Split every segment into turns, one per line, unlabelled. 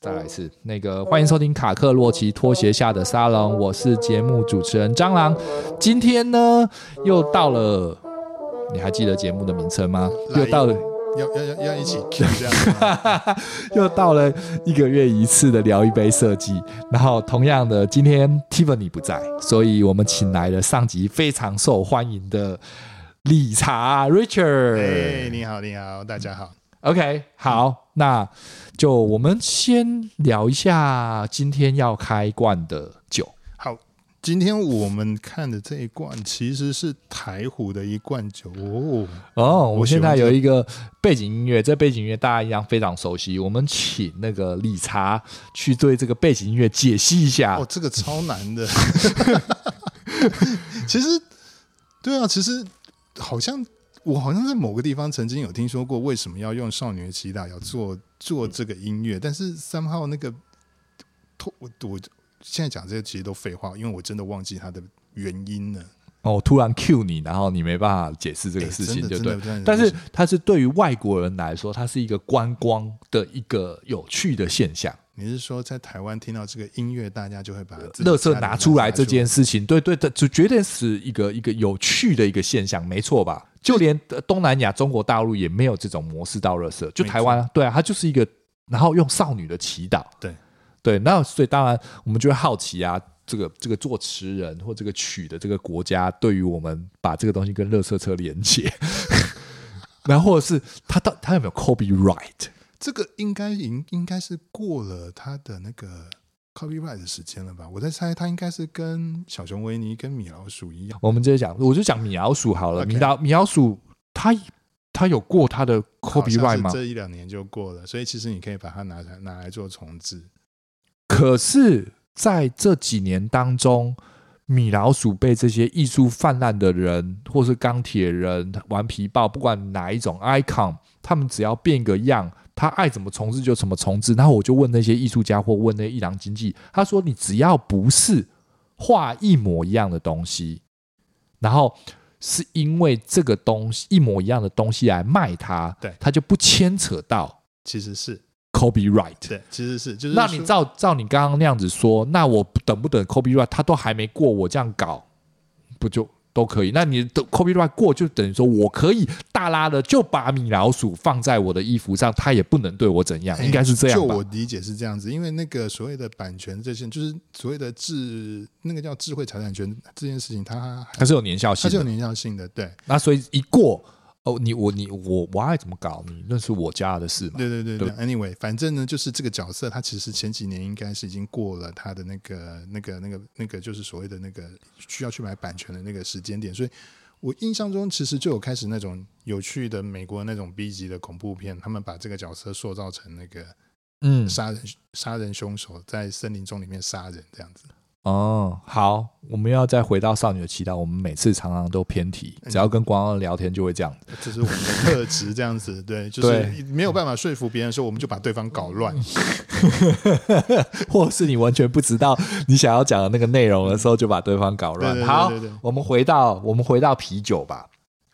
再来一次，那个欢迎收听卡克洛奇拖鞋下的沙龙，我是节目主持人蟑螂。今天呢，又到了，你还记得节目的名称吗？
来
又到了，
要要要要 一起 Q 这样吗，
又到了一个月一次的聊一杯设计。然后同样的，今天 Tiffany 不在，所以我们请来了上集非常受欢迎的理查 Richard。
哎，你好，你好，大家好。
OK，好，那就我们先聊一下今天要开罐的酒。
好，今天我们看的这一罐其实是台虎的一罐酒哦。
哦，我
我喜
现
欢
在
这
有
个
一个背景音乐，这背景音乐大家一样非常熟悉。我们请那个理查去对这个背景音乐解析一下。
哦，这个超难 的。其实，对啊，其实好像我好像在某个地方曾经有听说过，为什么要用少女的祈祷要做做这个音乐，但是三号那个，我我我现在讲这些其实都废话，因为我真的忘记它的原因了。
哦，突然 cue 你，然后你没办法解释这个
哎
事
真
情，
的
对不
真的
对
真的？
但
不
是
行
它是对于外国人来说，它是一个观光的一个有趣的现象。
你是说在台湾听到这个音乐，大家就会把自己
乐色
家里
呃拿出来这件
事？
事情，对对的，就绝对是一个一个有趣的一个现象，没错吧？就连呃东南亚、中国大陆也没有这种模式到乐色，就
没错
台湾啊，对啊，它就是一个，然后用少女的祈祷，
对
对，那所以当然我们就会好奇啊，这个这个作词人或这个曲的这个国家，对于我们把这个东西跟乐色车连接， 然后或者是他到他有没有 copyright？
这个应该应应该是过了他的那个 copyright 的时间了吧？我在猜，他应该是跟小熊维尼跟米老鼠一样，
我们接着讲，我就讲米老鼠好了。
OK
米老米老鼠，它它有过它的
好像
copyright
是
吗？
这一两年就过了，所以其实你可以把它拿来拿来做重置。
可是在这几年当中，米老鼠被这些艺术泛滥的人，或是钢铁人、顽皮豹，不管哪一种 icon，他们只要变个样，他爱怎么重置就怎么重置。然后我就问那些艺术家或问那伊朗经济，他说：“你只要不是画一模一样的东西，然后。”是因为这个东西一模一样的东西来卖它，
对
它就不牵扯到
其 实是
copyright。
对，其实是就是
那
说
你照照你刚刚那样子说，那我等不等 copyright 他都还没过，我这样搞不就都可以？那你的 copyright 过就等于说我可以大拉的就把米老鼠放在我的衣服上，他也不能对我怎样，
哎
应该是这
就
样吧
我？理解是这样子，因为那个所谓的版权这些，就是所谓的智那个叫智慧财产权这件事情，它
它是有年效
它
性
是有
的，
年效性的，对。
那所以一过哦，你我你我我爱怎么搞，你那是我家的事嘛？
对对对
对
对，anyway，反正呢，就是这个角色，他其实前几年应该是已经过了他的那个、那个、那个、那个，就是所谓的那个需要去买版权的那个时间点，所以我印象中其实就有开始那种有趣的美国那种 B 级的恐怖片，他们把这个角色塑造成那个
嗯，
杀人、杀人凶手，在森林中里面杀人这样 子。
哦，好，我们要再回到少女的祈祷，我们每次常常都偏题，
哎
只要跟观光聊天就会这样。
这是我们的特质，这样子，对，就是
对嗯
没有办法说服别人的时候，我们就把对方搞乱。
或是你完全不知道你想要讲的那个内容的时候，就把对方搞乱。
对对对
好
对对对，
我们回到我们回到啤酒吧。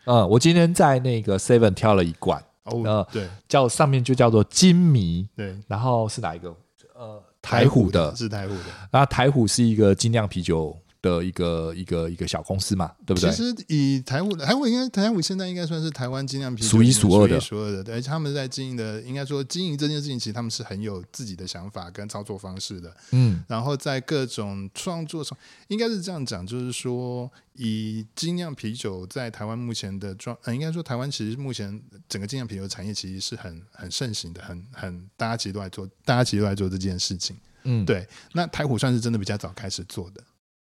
嗯，我今天在那个 Seven 挑了一罐，呃
哦，对
叫上面就叫做金迷，
对，
然后是哪一个？呃，台虎的。
是台虎的。
那台虎是一个精酿啤酒的一个一个一个小公司嘛，对不对
其？实以台虎，台虎应该台虎现在应该算是台湾精酿啤酒
数一数二的
数一数二的。而且他们在经营的，应该说经营这件事情，其实他们是很有自己的想法跟操作方式的。
嗯，
然后在各种创作上，应该是这样讲，就是说以精酿啤酒在台湾目前的状，呃，应该说台湾其实目前整个精酿啤酒产业其实是很很盛行的，很很大家其实都在做，大家其实都在做这件事情。
嗯
对。那台虎算是真的比较早开始做的。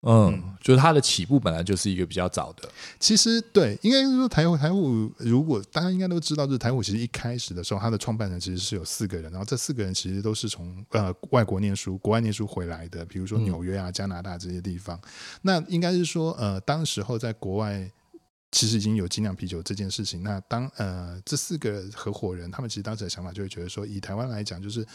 嗯，就是它的起步本来就是一个比较早的，
其实对，应该是说台虎台虎，如果大家应该都知道，就是台虎其实一开始的时候，它的创办人其实是有四个人，然后这四个人其实都是从呃外国念书、国外念书回来的，比如说纽约啊、加拿大这些地方。那应该是说，呃，当时候在国外。其实已经有精酿啤酒这件事情。那当呃这四个合伙人，他们其实当时的想法就会觉得说，以台湾来讲，就是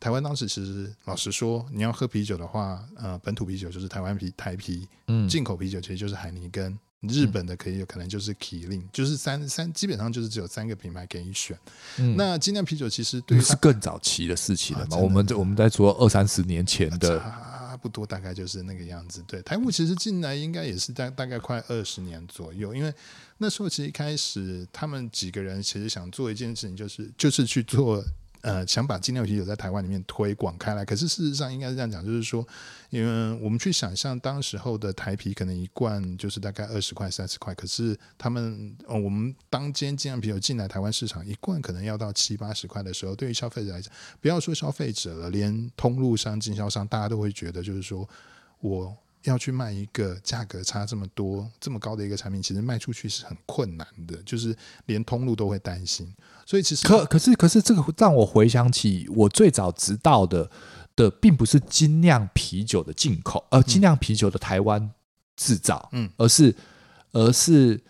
台湾当时其实老实说，你要喝啤酒的话，呃，本土啤酒就是台湾啤、台啤，
嗯，
进口啤酒其实就是海尼根，日本的可以有可能就是麒麟，就是三三基本上就是只有三个品牌可以选。
嗯
那精酿啤酒其实对
那
于
是
它
更早期的事情了
啊
嘛？
真的啊
我们我们在说二三十年前的，
差不多大概就是那个样子。对，台湾其实进来应该也是大大概快二十年左右，因为那时候其实一开始他们几个人其实想做一件事情，就是就是去做。呃，想把精酿啤酒在台湾里面推广开来，可是事实上应该是这样讲，就是说，因为我们去想象当时候的台啤可能一罐就是大概二十块、三十块，可是他们、呃我们当间精酿啤酒进来台湾市场一罐可能要到七八十块的时候，对于消费者来讲，不要说消费者了，连通路商、经销商，大家都会觉得就是说，我要去卖一个价格差这么多、这么高的一个产品，其实卖出去是很困难的，就是连通路都会担心。所以其实
可可是可是这个让我回想起我最早知道的的，并不是精酿啤酒的进口，呃，精酿啤酒的台湾制造，
嗯，
而是而是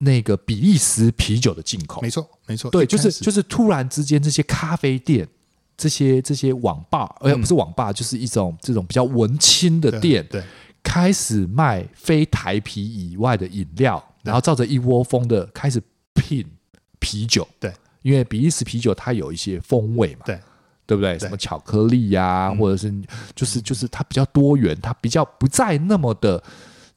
那个比利时啤酒的进口
没，错，没错，
对，
一
就
开
是
始
就是突然之间这些咖啡店。这些这些网吧，呃，
嗯
不是网吧，就是一种这种比较文青的
对
店，
对
开始卖非台啤以外的饮料，
对
然后照着一窝蜂的开始拼啤酒。
对，
因为比利时啤酒它有一些风味嘛，
对
对不对？
对
什么巧克力呀、
嗯
或者是就是就是它比较多元，它比较不再那么的，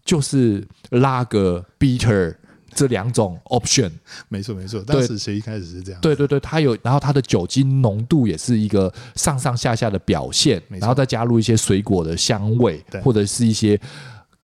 就是拉格、bitter 这两种 option。
没错，没错。当时其实一开始是这样，
对对对，它有，然后它的酒精浓度也是一个上上下下的表现，
没错
然后再加入一些水果的香味
对，
或者是一些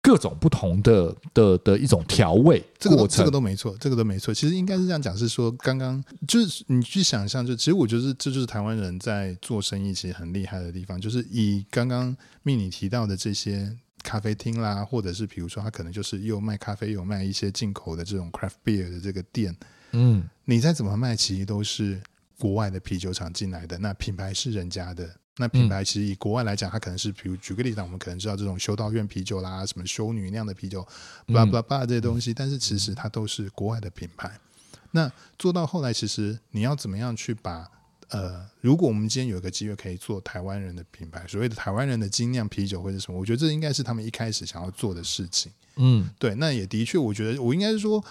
各种不同的的的一种调味
这个
过
都这
程
个。都没错，这个都没错。其实应该是这样讲，是说刚刚就是你去想象，就其实我觉得这就是台湾人在做生意其实很厉害的地方，就是以刚刚命你提到的这些咖啡厅啦，或者是比如说他可能就是又卖咖啡又卖一些进口的这种 craft beer 的这个店，
嗯，
你再怎么卖，其实都是国外的啤酒厂进来的，那品牌是人家的。那品牌其实以国外来讲，它可能是，比如举个例子啊，我们可能知道这种修道院啤酒啦，什么修女酿的啤酒，巴拉巴拉这些东西，但是其实它都是国外的品牌。那做到后来，其实你要怎么样去把呃，如果我们今天有一个机会可以做台湾人的品牌，所谓的台湾人的精酿啤酒或者什么，我觉得这应该是他们一开始想要做的事情。
嗯
对，那也的确，我觉得我应该是说，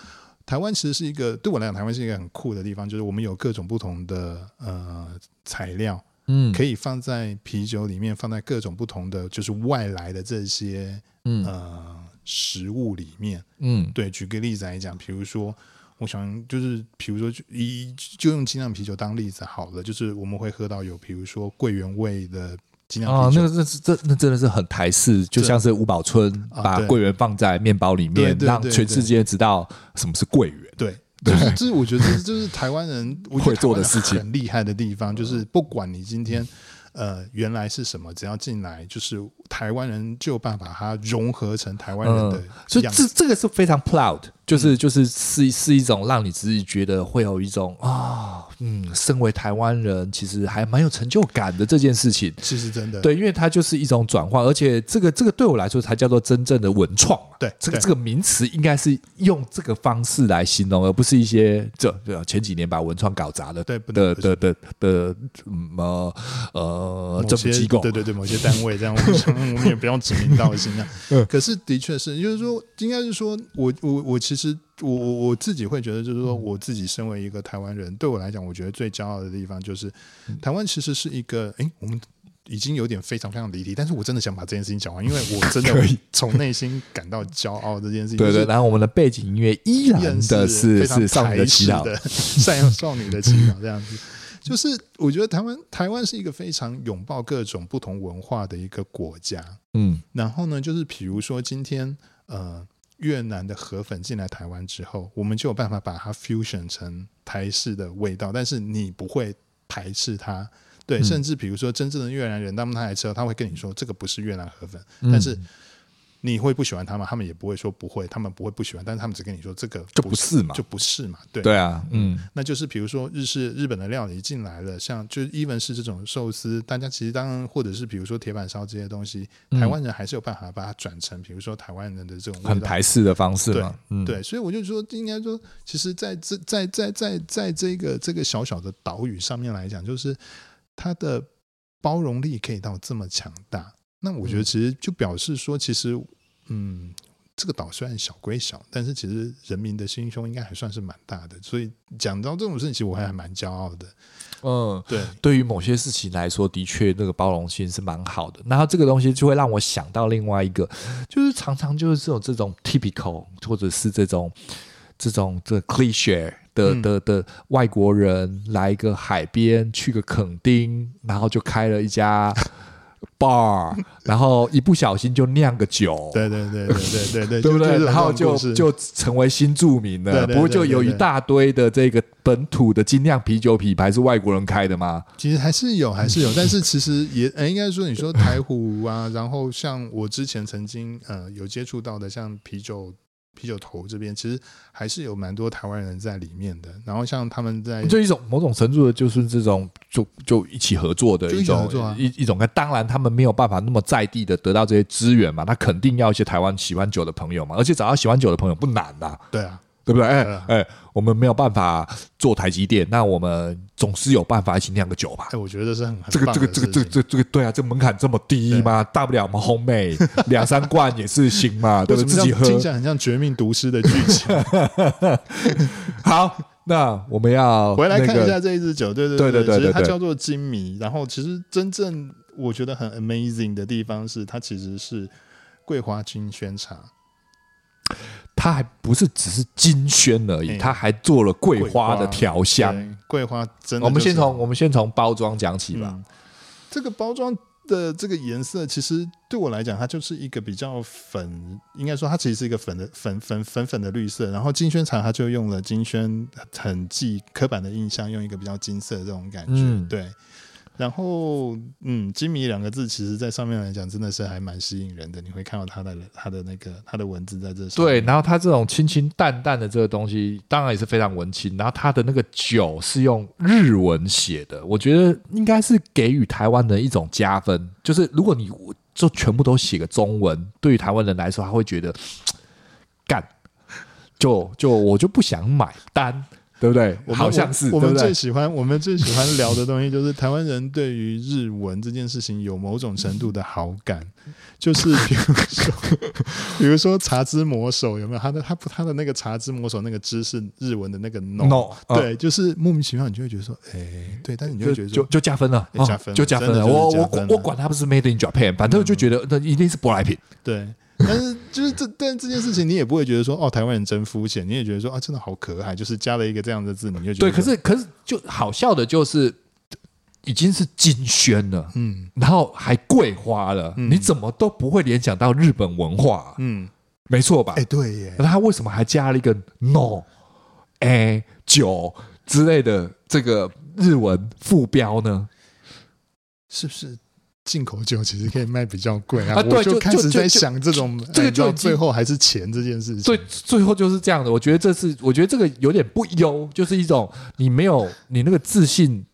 台湾其实是一个对我来讲，台湾是一个很酷的地方，就是我们有各种不同的呃材料，
嗯
可以放在啤酒里面，放在各种不同的就是外来的这些
嗯
呃食物里面。
嗯
对，举个例子来讲，比如说。我想就是，比如说，就以就用精酿啤酒当例子好了，就是我们会喝到有，比如说桂圆味嗯的精酿
啊，
啤酒，
那个那是这那真的是很台式，就像是吴宝春
啊
把
对
桂圆放在面包里
对
面，
对
让
对
全
对
世界知道什么是桂圆。
对，就是这，我觉得这是就是台 湾人我觉得
会做的事情嗯
台湾人很厉害的地方，就是不管你今天呃原来是什么，只要进来，就是台湾人就有办法把它融合成台湾人的
嗯，所以
样
这
子。嗯
这个是非常 proud，就是、就是是是一种让你自己觉得会有一种啊、嗯，身为台湾人其实还蛮有成就感的这件事情。
其实真的，
对，因为它就是一种转换，而且这个这个对我来说才叫做真正的文创嘛。
对
这个
对
这个名词应该是用这个方式来形容，而不是一些这这前几年把文创搞砸的
对不
的
能
的的的什么呃
某
政府
些
机构。
对对对，某些单位这样，我们我们也不用指名道姓 啊。
嗯
可是的确是，就是说，应该是说我我我其实我我我自己会觉得，就是
嗯
说我自己身为一个台湾人，对我来讲，我觉得最骄傲的地方就是
嗯
台湾其实是一个，诶，我们。已经有点非常非常离题，但是我真的想把这件事情讲完，因为我真
可
的
以
从内心感到骄傲这件事情。
对
就是
对，然后我们的背景音乐依 然
依然
的是
是非常
少女的
台
祈
式
祷，
的 善良少女的祈祷这 样子。就是我觉得台湾台湾是一个非常拥抱各种不同文化的一个国家。
嗯
然后呢，就是比如说今天呃越南的河粉进来台湾之后，我们就有办法把它 fusion 成台式的味道，但是你不会排斥它。对，
嗯
甚至比如说真正的越南人，他们他来吃，他会跟你说这个不是越南河粉，
嗯
但是你会不喜欢他们，他们也不会说不会，他们不会不喜欢，但是他们只跟你说这个
就不是嘛
就。不是嘛，对。
对啊，嗯
那就是比如说日式日本的料理进来了，像就是 even 是这种寿司，大家其实当然或者是比如说铁板烧这些东西，
嗯
台湾人还是有办法把它转成比如说台湾人的这种味
很
道。
台式的方式嘛，嗯，
对，所以我就说，应该说，其实在这在在在在这个这个小小的岛屿上面来讲，就是它的包容力可以到这么强大，那
嗯
我觉得其实就表示说，其实嗯，这个岛虽然小归小，但是其实人民的心胸应该还算是蛮大的。所以讲到这种事情，其实我还蛮骄傲的。
嗯，
对，
对于某些事情来说，的确那个包容性是蛮好的。然后这个东西就会让我想到另外一个，就是常常就是有这种 typical 或者是这种这种这 cliche 的
嗯
的的外国人来一个海边，去个垦丁，然后就开了一家 bar，然后一不小心就酿个酒。
对对对对对对 对，
对不对？
哎就
然后
就
就
有这种故事
就成为新著名
对
了。
对对
不过就有一
对对
大堆的这个本土的精酿啤酒品牌是外国人开的吗？
其实还是
嗯
有，还是有，但是其实也，呃、应该说，你说台虎啊，然后像我之前曾经呃有接触到的，像啤酒啤酒头这边，其实还是有蛮多台湾人在里面的。然后像他们在
这一种某种程度的就是这种就就一起合作的
就一
一
起合
种
作啊
一一种，当然他们没有办法那么在地的得到这些资源嘛，他肯定要一些台湾喜欢酒的朋友嘛，而且找到喜欢酒的朋友不难的、
对啊，
对不对？哎、
对啊
哎，我们没有办法做台积电，那我们总是有办法一起酿个酒吧
哎、。我觉得这是很很
这个
棒
这个
的
这个
事
这个
情
这个这个对啊，这个门槛这么低吗？大不了我们烘焙 两三罐也是行嘛，对不
为
对？
什
自
么
己
这样
喝
听起来很像《绝命毒师》的剧情？
好。那我们要
回来
那
看
个
一下这一支酒，对对
对对
对
对
其实
对
它
对
叫做金迷。然后其实真正我觉得很 amazing 的地方是，它其实是桂花金萱茶。
它还不是只是金萱而已，
嗯
它还做了桂花
桂花
的调香。哦
对，桂花真的就是、
我们先从我们先从包装讲起吧。
嗯这个包装的这个颜色，其实对我来讲，它就是一个比较粉，应该说它其实是一个粉的粉粉粉粉的绿色。然后金萱茶，它就用了金萱很记刻板的印象，用一个比较金色的这种感觉。
嗯
对。然后，嗯，金米两个字，其实在上面来讲，真的是还蛮吸引人的。你会看到它的它的那个它的文字在这上
对，
面。
然后它这种清清淡淡的这个东西，当然也是非常文青。然后它的那个酒是用日文写的，我觉得应该是给予台湾人一种加分。就是如果你就全部都写个中文，对于台湾人来说，他会觉得干，就就我就不想买单，对不对？
我们
好像是，
我
对
们
不对
最？喜欢我们最喜欢聊的东西，就是台湾人对于日文这件事情有某种程度的好感，就是比如说，比如说茶之魔手有没有？他的他不他的那个茶之魔手那个之是日文的那个 no，,
嗯
对，就是莫名其妙，你就会觉得说，哎、对，但是你就
就
会觉得
就
说，
就加分了，
哎加
哦
分了
就加分
真的
了。
就是
我
加
我
分
我
了
管它不是 Made in Japan，反正我就觉得那一定是舶来品。
对。但是就是这，但这件事情你也不会觉得说哦，台湾人真肤浅，你也觉得说啊，真的好可爱，就是加了一个这样的字，你就觉得
对，可
说
是可是就好笑的就是，已经是金萱了，
嗯
然后还桂花了，
嗯
你怎么都不会联想到日本文化，啊
嗯，
没错吧
哎、？对耶，
那他为什么还加了一个 no、哎酒之类的这个日文副标呢？
是不是进口酒其实可以卖比较贵啊？
啊对
我
就
开始
就
在
就
想这种，
这个
哎
就
到
已经
最后还是钱这件事情。
最最后就是这样的，我觉得这是，我觉得这个有点不优，就是一种你没有你那个自信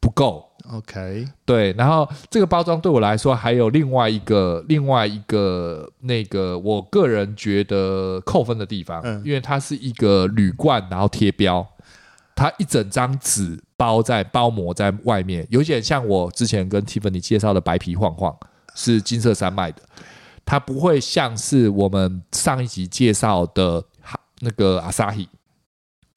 不够，
，OK，
对，然后这个包装对我来说还有另外一个另外一个那个我个人觉得扣分的地方，
嗯
因为它是一个铝罐，然后贴标，它一整张纸包在包膜在外面，有点像我之前跟 Tiffany 介绍的白皮晃晃，是金色山脉的，它不会像是我们上一集介绍的哈那个阿萨希。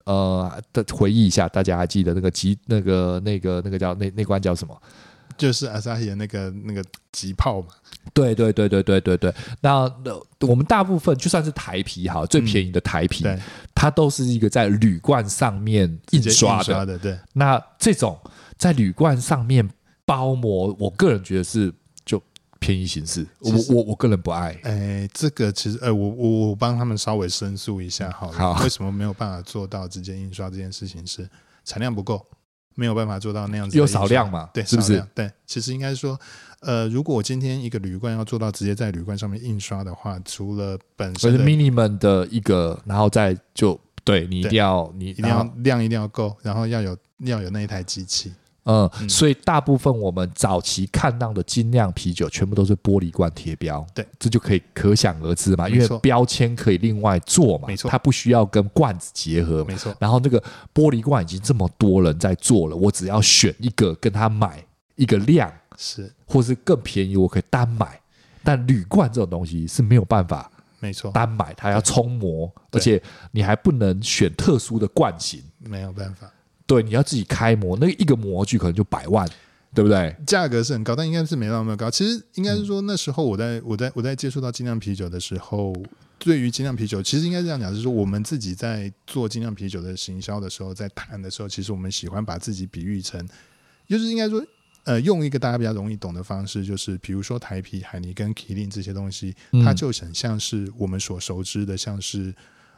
呃，的回忆一下，大家还记得那个吉那个那个那个叫那那关叫什么？
就是阿萨希的那个那个急泡嘛。
对对对对对对对，那那我们大部分就算是台皮哈，最便宜的台皮，
嗯对，
它都是一个在铝罐上面印
直接
刷
印
的。
刷的，对，
那这种在铝罐上面包膜，我个人觉得是就便宜形式，我
其实
我我个人不爱。
哎，这个其实，哎，我我我帮他们稍微申诉一下好了，
好
为什么没有办法做到直接印刷这件事情是产量不够，没有办法做到那样子的
有
印刷，
少量嘛，
对，
是不
少
是
量？？对，其实应该说，呃，如果我今天一个铝罐要做到直接在铝罐上面印刷的话，除了本
所
身
以
的
minimum 的一个，然后再就对你一
对
定要你一
一定要量一定要够，然后要有要有那一台机器。
嗯，
嗯
所以大部分我们早期看到的精酿啤酒，全部都是玻璃罐贴标，
对，
这就可以可想而知嘛，因
没
为
错
标签可以另外做嘛，
没错
它不需要跟罐子结合嘛。
没错，
然后那个玻璃罐已经这么多人在做了，我只要选一个跟他买一个量，
是
或是更便宜，我可以单买。但铝罐这种东西是没有办法
没错，
单买，它要冲模，
哦对
而且你还不能选特殊的罐型，
没有办法，
对，你要自己开模，那一个模具可能就百万，对不对？
价格是很高，但应该是没那么高。其实应
嗯
该是说那时候我在我在我在接触到精酿啤酒的时候，对于精酿啤酒，其实应该这样讲，就是说我们自己在做精酿啤酒的行销的时候，在谈的时候，呃其实我们喜欢把自己比喻成，就是应该说。呃，用一个大家比较容易懂的方式，就是比如说台啤、海尼跟麒麟这些东西，
嗯
它就很像是我们所熟知的，像是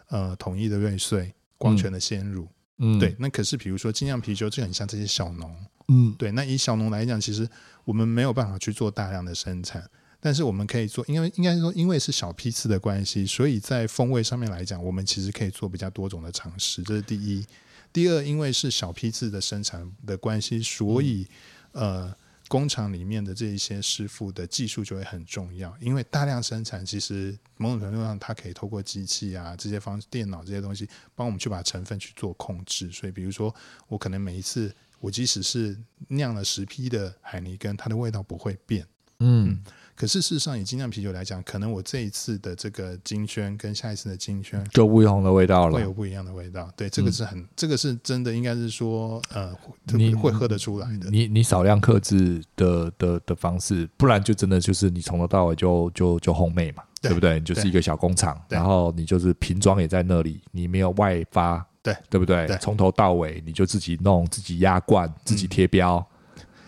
呃统一的瑞穗、光泉的鲜乳，
嗯
对，。那可是比如说精酿啤酒就很像这些小农，
嗯，
对，那以小农来讲，其实我们没有办法去做大量的生产，但是我们可以做，因为应该说，因为是小批次的关系，所以在风味上面来讲，我们其实可以做比较多种的尝试，这是第一。第二，因为是小批次的生产的关系，所以、呃，工厂里面的这一些师傅的技术就会很重要，因为大量生产其实某种程度上，它可以透过机器啊这些方电脑这些东西，帮我们去把成分去做控制。所以，比如说我可能每一次。我即使是酿了十批的海尼根，它的味道不会变。
嗯，
可是事实上，以精酿啤酒来讲，可能我这一次的这个金萱跟下一次的金萱
就不同的味道
会
了
有。不一样的味道。对，这个是很，这个是真的，应该是说，呃，会
你
会喝得出来的。
你你少量克制的的的方式，不然就真的就是你从头到尾就就就烘焙嘛，
对
对不对？你就是一个小工厂，
对
然后你就是瓶装也在那里，你没有外发，
对
对不对
对？嗯
从头到尾你就自己弄、自己压罐、自己贴标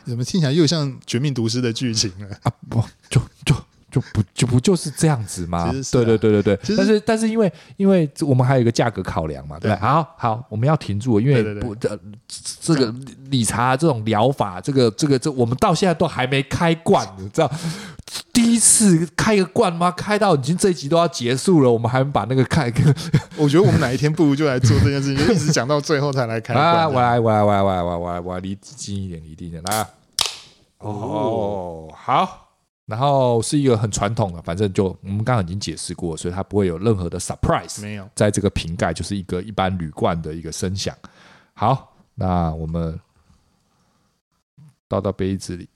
怎么听起来又像《绝命毒师》的剧情了？
啊，不就就。就不就不就是这样子吗？
其实是啊
对对对对
其实
对，但是但是因为因为我们还有一个价格考量嘛，对不对，好好我们要停住了，因为
对对对
不呃这个理查这种疗法，这个这个这我们到现在都还没开罐，你知道？第一次开个罐吗？开到已经这一集都要结束了，我们还把那个开
我觉得我们哪一天不如就来做这件事情，就一直讲到最后才来开罐。
啊！我来我来我来我来我来我来我来离近一点离近一点来啊。哦，好，然后是一个很传统的，反正就我们刚刚已经解释过，所以它不会有任何的 surprise。
没有，
在这个瓶盖就是一个一般铝罐的一个声响。好，那我们倒到杯子里。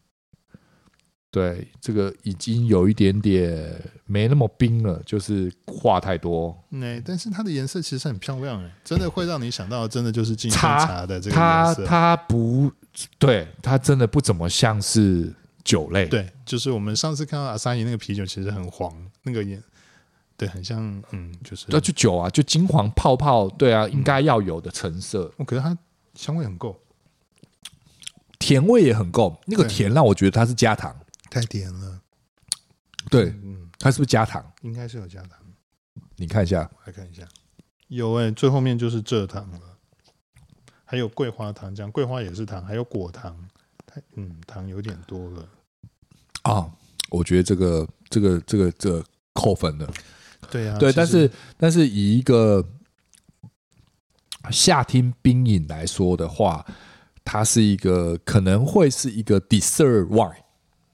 对，这个已经有一点点没那么冰了，就是话太多。
那、哎但是它的颜色其实很漂亮、哎，真的会让你想到，真的就是金萱
茶
茶的这个
它
颜色。
它不对，它真的不怎么像是酒类。
对，就是我们上次看到阿萨伊那个啤酒其实很黄，那个颜，对，很像，嗯，就是
对，，就酒啊，就金黄泡泡，对啊，
嗯
应该要有的橙色，
哦、可是它香味很够，
甜味也很够。那个
对
甜让我觉得它是加糖，
太甜了，
对，
嗯，
它是不是加糖？
应该是有加糖，
你看一下，
我来看一下，有哎、最后面就是蔗糖了，还有桂花糖浆，桂花也是糖，还有果糖，太，嗯，糖有点多了，
啊、我觉得这个这个这个这个扣分了。
对啊，
对，
其
但
实
是但是以一个夏天冰饮来说的话，它是一个可能会是一个 dessert wine，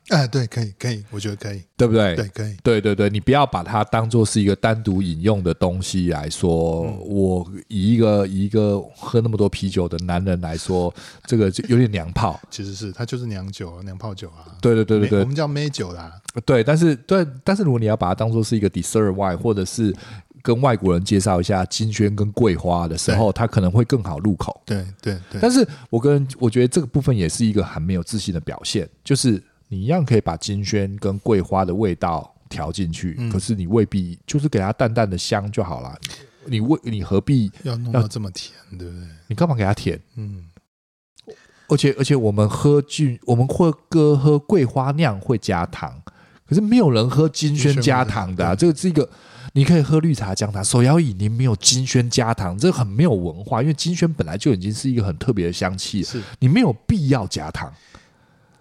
哎、对，可以，可以，我觉得可以，
对不对？
对，可以，
对对对你不要把它当做是一个单独饮用的东西来说。我以一个以一个喝那么多啤酒的男人来说，这个就有点娘炮。
其实是它就是娘酒啊，娘泡酒啊，
对对对对
梅
对
我，们叫梅酒啦，
对，但是对，但是如果你要把它当做是一个 dessert wine，或者是跟外国人介绍一下金萱跟桂花的时候，它可能会更好入口。
对对对，
但是我跟我觉得这个部分也是一个很没有自信的表现，就是你一样可以把金萱跟桂花的味道调进去，
嗯
可是你未必就是给它淡淡的香就好啦。你为你何必
要弄
要
到这么甜，对不对？
你干嘛给它甜？
嗯，
而且而且我们喝菌，我们会喝喝桂花酿会加糖，可是没有人喝金萱加糖的、啊，这个是一个。你可以喝绿茶加糖，手摇饮你没有金萱加糖，这很没有文化，因为金萱本来就已经是一个很特别的香气，
是
你没有必要加糖。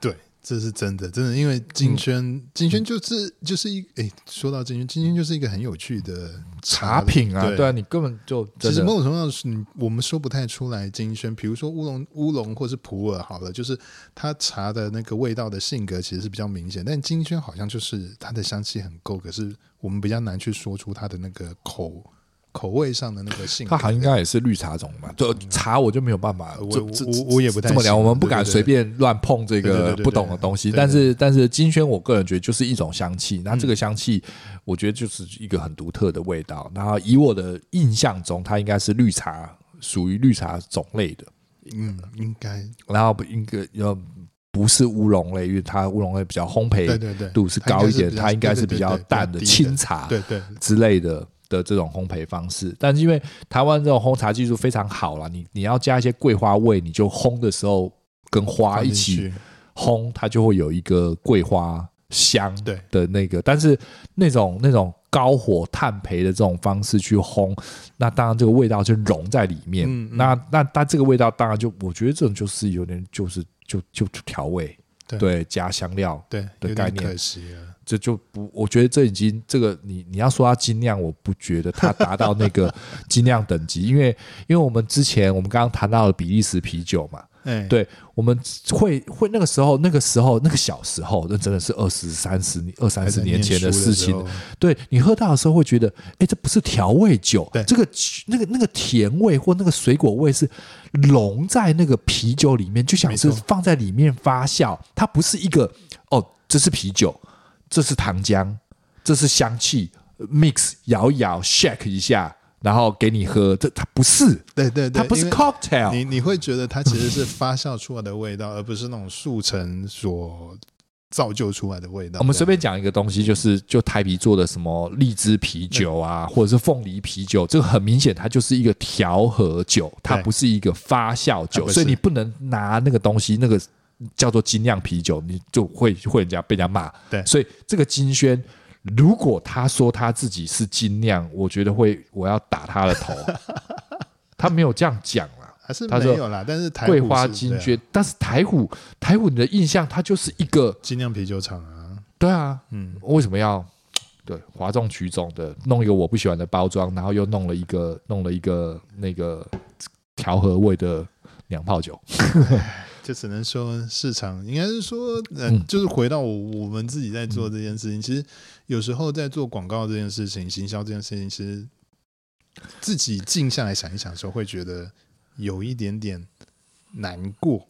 对，这是真的，真的，因为
嗯
金萱，金萱就是就是一，哎，说到金萱，金萱就是一个很有趣的
茶品啊，
对
对啊，你根本就
其
真
实
的
某种程度上是你，我们说不太出来金萱，比如说乌龙、乌龙或是普洱好了，就是它茶的那个味道的性格其实是比较明显，但金萱好像就是它的香气很够，可是我们比较难去说出它的那个口口味上的那个性
它
格。
好像应该也是绿茶种吧？就茶我就没有办法，
我
这
我
这
我我也不太
这么聊，
行
我们不
对
敢
对
随
对
便乱碰这
对对对
个
对对
不懂的东西。
对
但是但是金萱，我个人觉得就是一种香气，那这个香气我觉得就是一个很独特的味道。然后以我的印象中，它应该是绿茶，属于绿茶种类的。
嗯，应该
然后不应该要不是乌龙类，因为它乌龙类比较烘
对
焙
对对，
度是高一点，它
它
应该是比较淡的清
清，
茶
对对
之类的的这种烘焙方式。但是因为台湾这种烘茶技术非常好啦，你你要加一些桂花味，你就烘的时候跟花一起，烘，它就会有一个桂花香
对
的那个。但是那种那种高火炭焙的这种方式去烘，那当然这个味道就融在里面。
嗯嗯
那那那这个味道当然就，我觉得这种就是有点就是就就就调味，
对
加香料，
对
的
有
概
点
念
可惜了。
这就不，我觉得这已经这个你你要说它精酿，我不觉得它达到那 个精酿等级，因为因为我们之前我们刚刚谈到了比利时啤酒嘛，
哎，
对，我们会会那个时候，那个时候，那个小时候，那真的是二十三十二三
还
十
在
年
念
前
书
的
的
事
时
情
候。
对你喝到的时候会觉得，哎，这不是调味酒
对，
这个那个那个甜味或那个水果味是融在那个啤酒里面，就想
没
是
错
放在里面发酵，它不是一个哦，这是啤酒，这是糖浆，这是香气，mix 呃摇一摇，shake 一下，然后给你喝，这它不是，
对对对，
它不
因
是
为
cocktail，
你你会觉得它其实是发酵出来的味道，而不是那种速成所造就出来的味道。
我们随
这样
便讲一个东西，就是就台啤做的什么荔枝啤酒啊，或者是凤梨啤酒，这个很明显它就是一个调和酒，它
对
不是一个发酵
它
酒，
不是
所以你不能拿那个东西那个。叫做精酿啤酒，你就会会人家被人家骂。
对
所以这个金轩，如果他说他自己是精酿，我觉得会我要打他的 头。他没有这样讲啦，
还是
他
没
说
有啦，但是台
桂
虎
花
是
金
对啊
轩，但是台虎台虎，你的印象它就是一个
精酿啤酒厂啊，
对啊，
嗯，
为什么要对哗众取宠的弄一个我不喜欢的包装，然后又弄了一个弄了一个那个调和味的娘炮酒？
就只能说市场应该是说，呃、
嗯
就是回到我我们自己在做这件事情，其实有时候在做广告这件事情、行销这件事情，其实自己静下来想一想的时候，会觉得有一点点难过。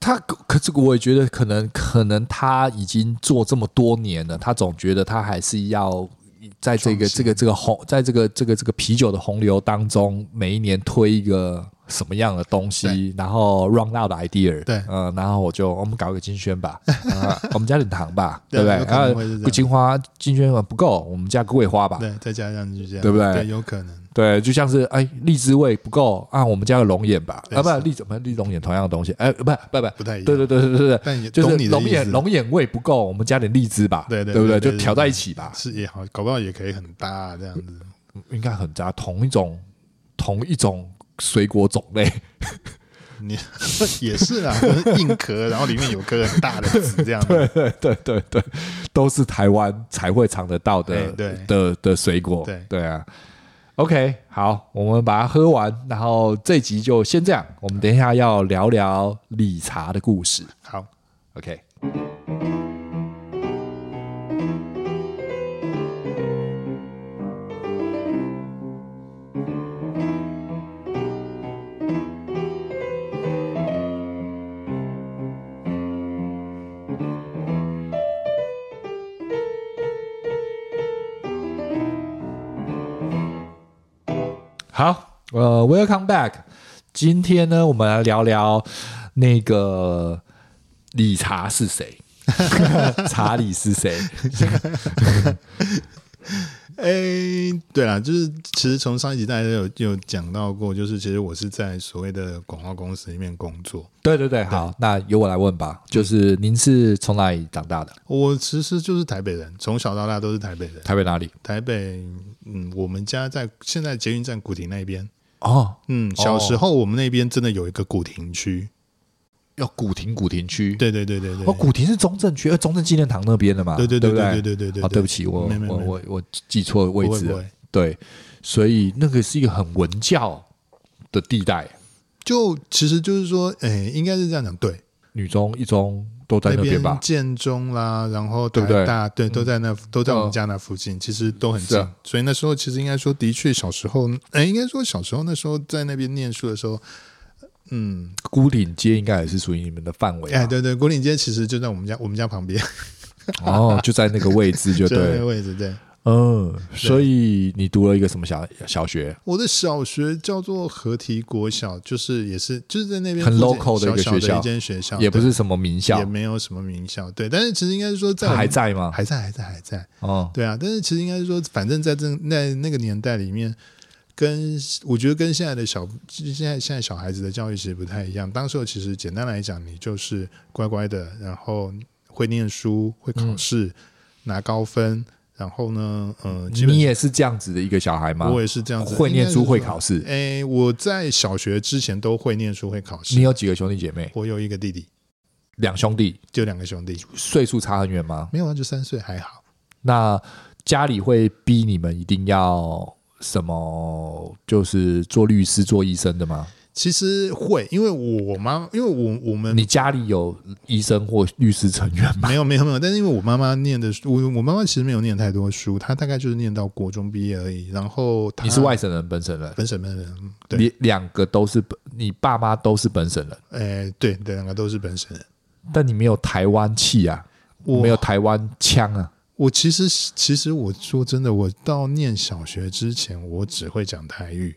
他可可这个我也觉得可能可能他已经做这么多年了，他总觉得他还是要。在这个
创新
这个这个红，在这个这个这个啤酒的洪流当中，每一年推一个什么样的东西，然后 run out 的 idea，
对
嗯，然后我就我们搞一个金轩 吧，啊，我们加点糖吧，对不
对
对？
有可能
然后
会是这样
金花金萱不够，我们加桂花吧。
对，再加上就这样，
啊对不对
对，有可能。
对，就像是哎，荔枝味不够啊，我们加个龙眼吧。
对
啊，不
是，
荔怎么荔龙眼同样的东西？哎，不不不，
不太一样
对对对对对对，
但也
就
懂
是
的
龙
意思
眼，龙眼味不够，我们加点荔枝吧。
对对
对不
对对
就
对
调在一起吧，
是也好，搞不好也可以很搭、这样子。
应该很搭。同一种同一种水果种 类，
你也是啊，就是硬壳，然后里面有颗很大的籽，这样
对
子。
对对对对，都是台湾才会尝得到的
哎对
的的水果。
对
对啊。OK，好，我们把它喝完，然后这集就先这样。我们等一下要聊聊理查的故事。
好，
OK。好，呃，Welcome back。今天呢，我们来聊聊那个理查是 谁？查理是谁？
哎、对啦，就是其实从上一集大家有有讲到过，就是其实我是在所谓的广告公司里面工作。
对对对，好，那由我来问吧。就是您是从哪里长大的？
我其实就是台北人，从小到大都是台北人。
台北哪里？
台北，嗯，我们家在现在捷运站古亭那边。
哦，
嗯，
哦
小时候我们那边真的有一个古亭区。
要古亭古亭区。，
对对对对对。
哦，古亭是中正区，呃，中正纪念堂那边的嘛。
对对
对
对
不
对对对对
哦，对不起，我
没没
我
没
我我记错位
不会
置啊
不
了。
会，
对，所以那个是一个很文教的地带，
就其实就是说，哎、应该是这样讲，对。
女中、一中、都在那边吧？
建中啦，然后
对不对
台大对都在那都在
嗯
我们家那附近，其实都很
是
近
啊。
所以那时候其实应该说，的确小时候，哎，应该说小时候那时候在那边念书的时候，嗯，
孤岭街应该也是属于你们的范围吧，
哎，对对，国岭街其实就在我们家我们家旁边，
哦，就在那个位置就
就在那
对
个，位置。对，
嗯，所以你读了一个什么小小学？
我的小学叫做合体国小，就是也是就是在那边
很
附近
local 的一个
小小
学校
一间学校，
也不
对
是什么名校
也，没有什么名校，对。但是其实应该是说在
它
我们
还在吗？
还在还在还在，
哦，
对啊，但是其实应该是说，反正在这那那个年代里面，跟我觉得跟现在的小现在现在小孩子的教育其实不太一样。当时候其实简单来讲，你就是乖乖的，然后会念书，会
嗯
考试，拿高分，然后呢，呃，基本
你也是这样子的一个小孩吗？
我也是这样子，
会念书，会
试。
考试。
哎，我在小学之前都会念书，会考
你
试。
有几个兄弟姐妹？
我有一个弟弟，
两兄弟，
就两个兄弟，
岁数差很远吗？
没有啊，就三岁，还好。
那家里会逼你们一定要什么？就是做律师、做医生的吗？
其实会，因为我妈，因为我我们
你家里有医生或律师成员吗？
没有没有没有，但是因为我妈妈念的书，我我妈妈其实没有念太多书，她大概就是念到国中毕业而已。然后她
你是外省人、本省人，
本省人，对，
你两个都是本，你爸妈都是本省人，
哎，对对，两个都是本省人。
但你没有台湾气啊，
我
没有台湾腔啊。
我其实其实我说真的，我到念小学之前，我只会讲台语。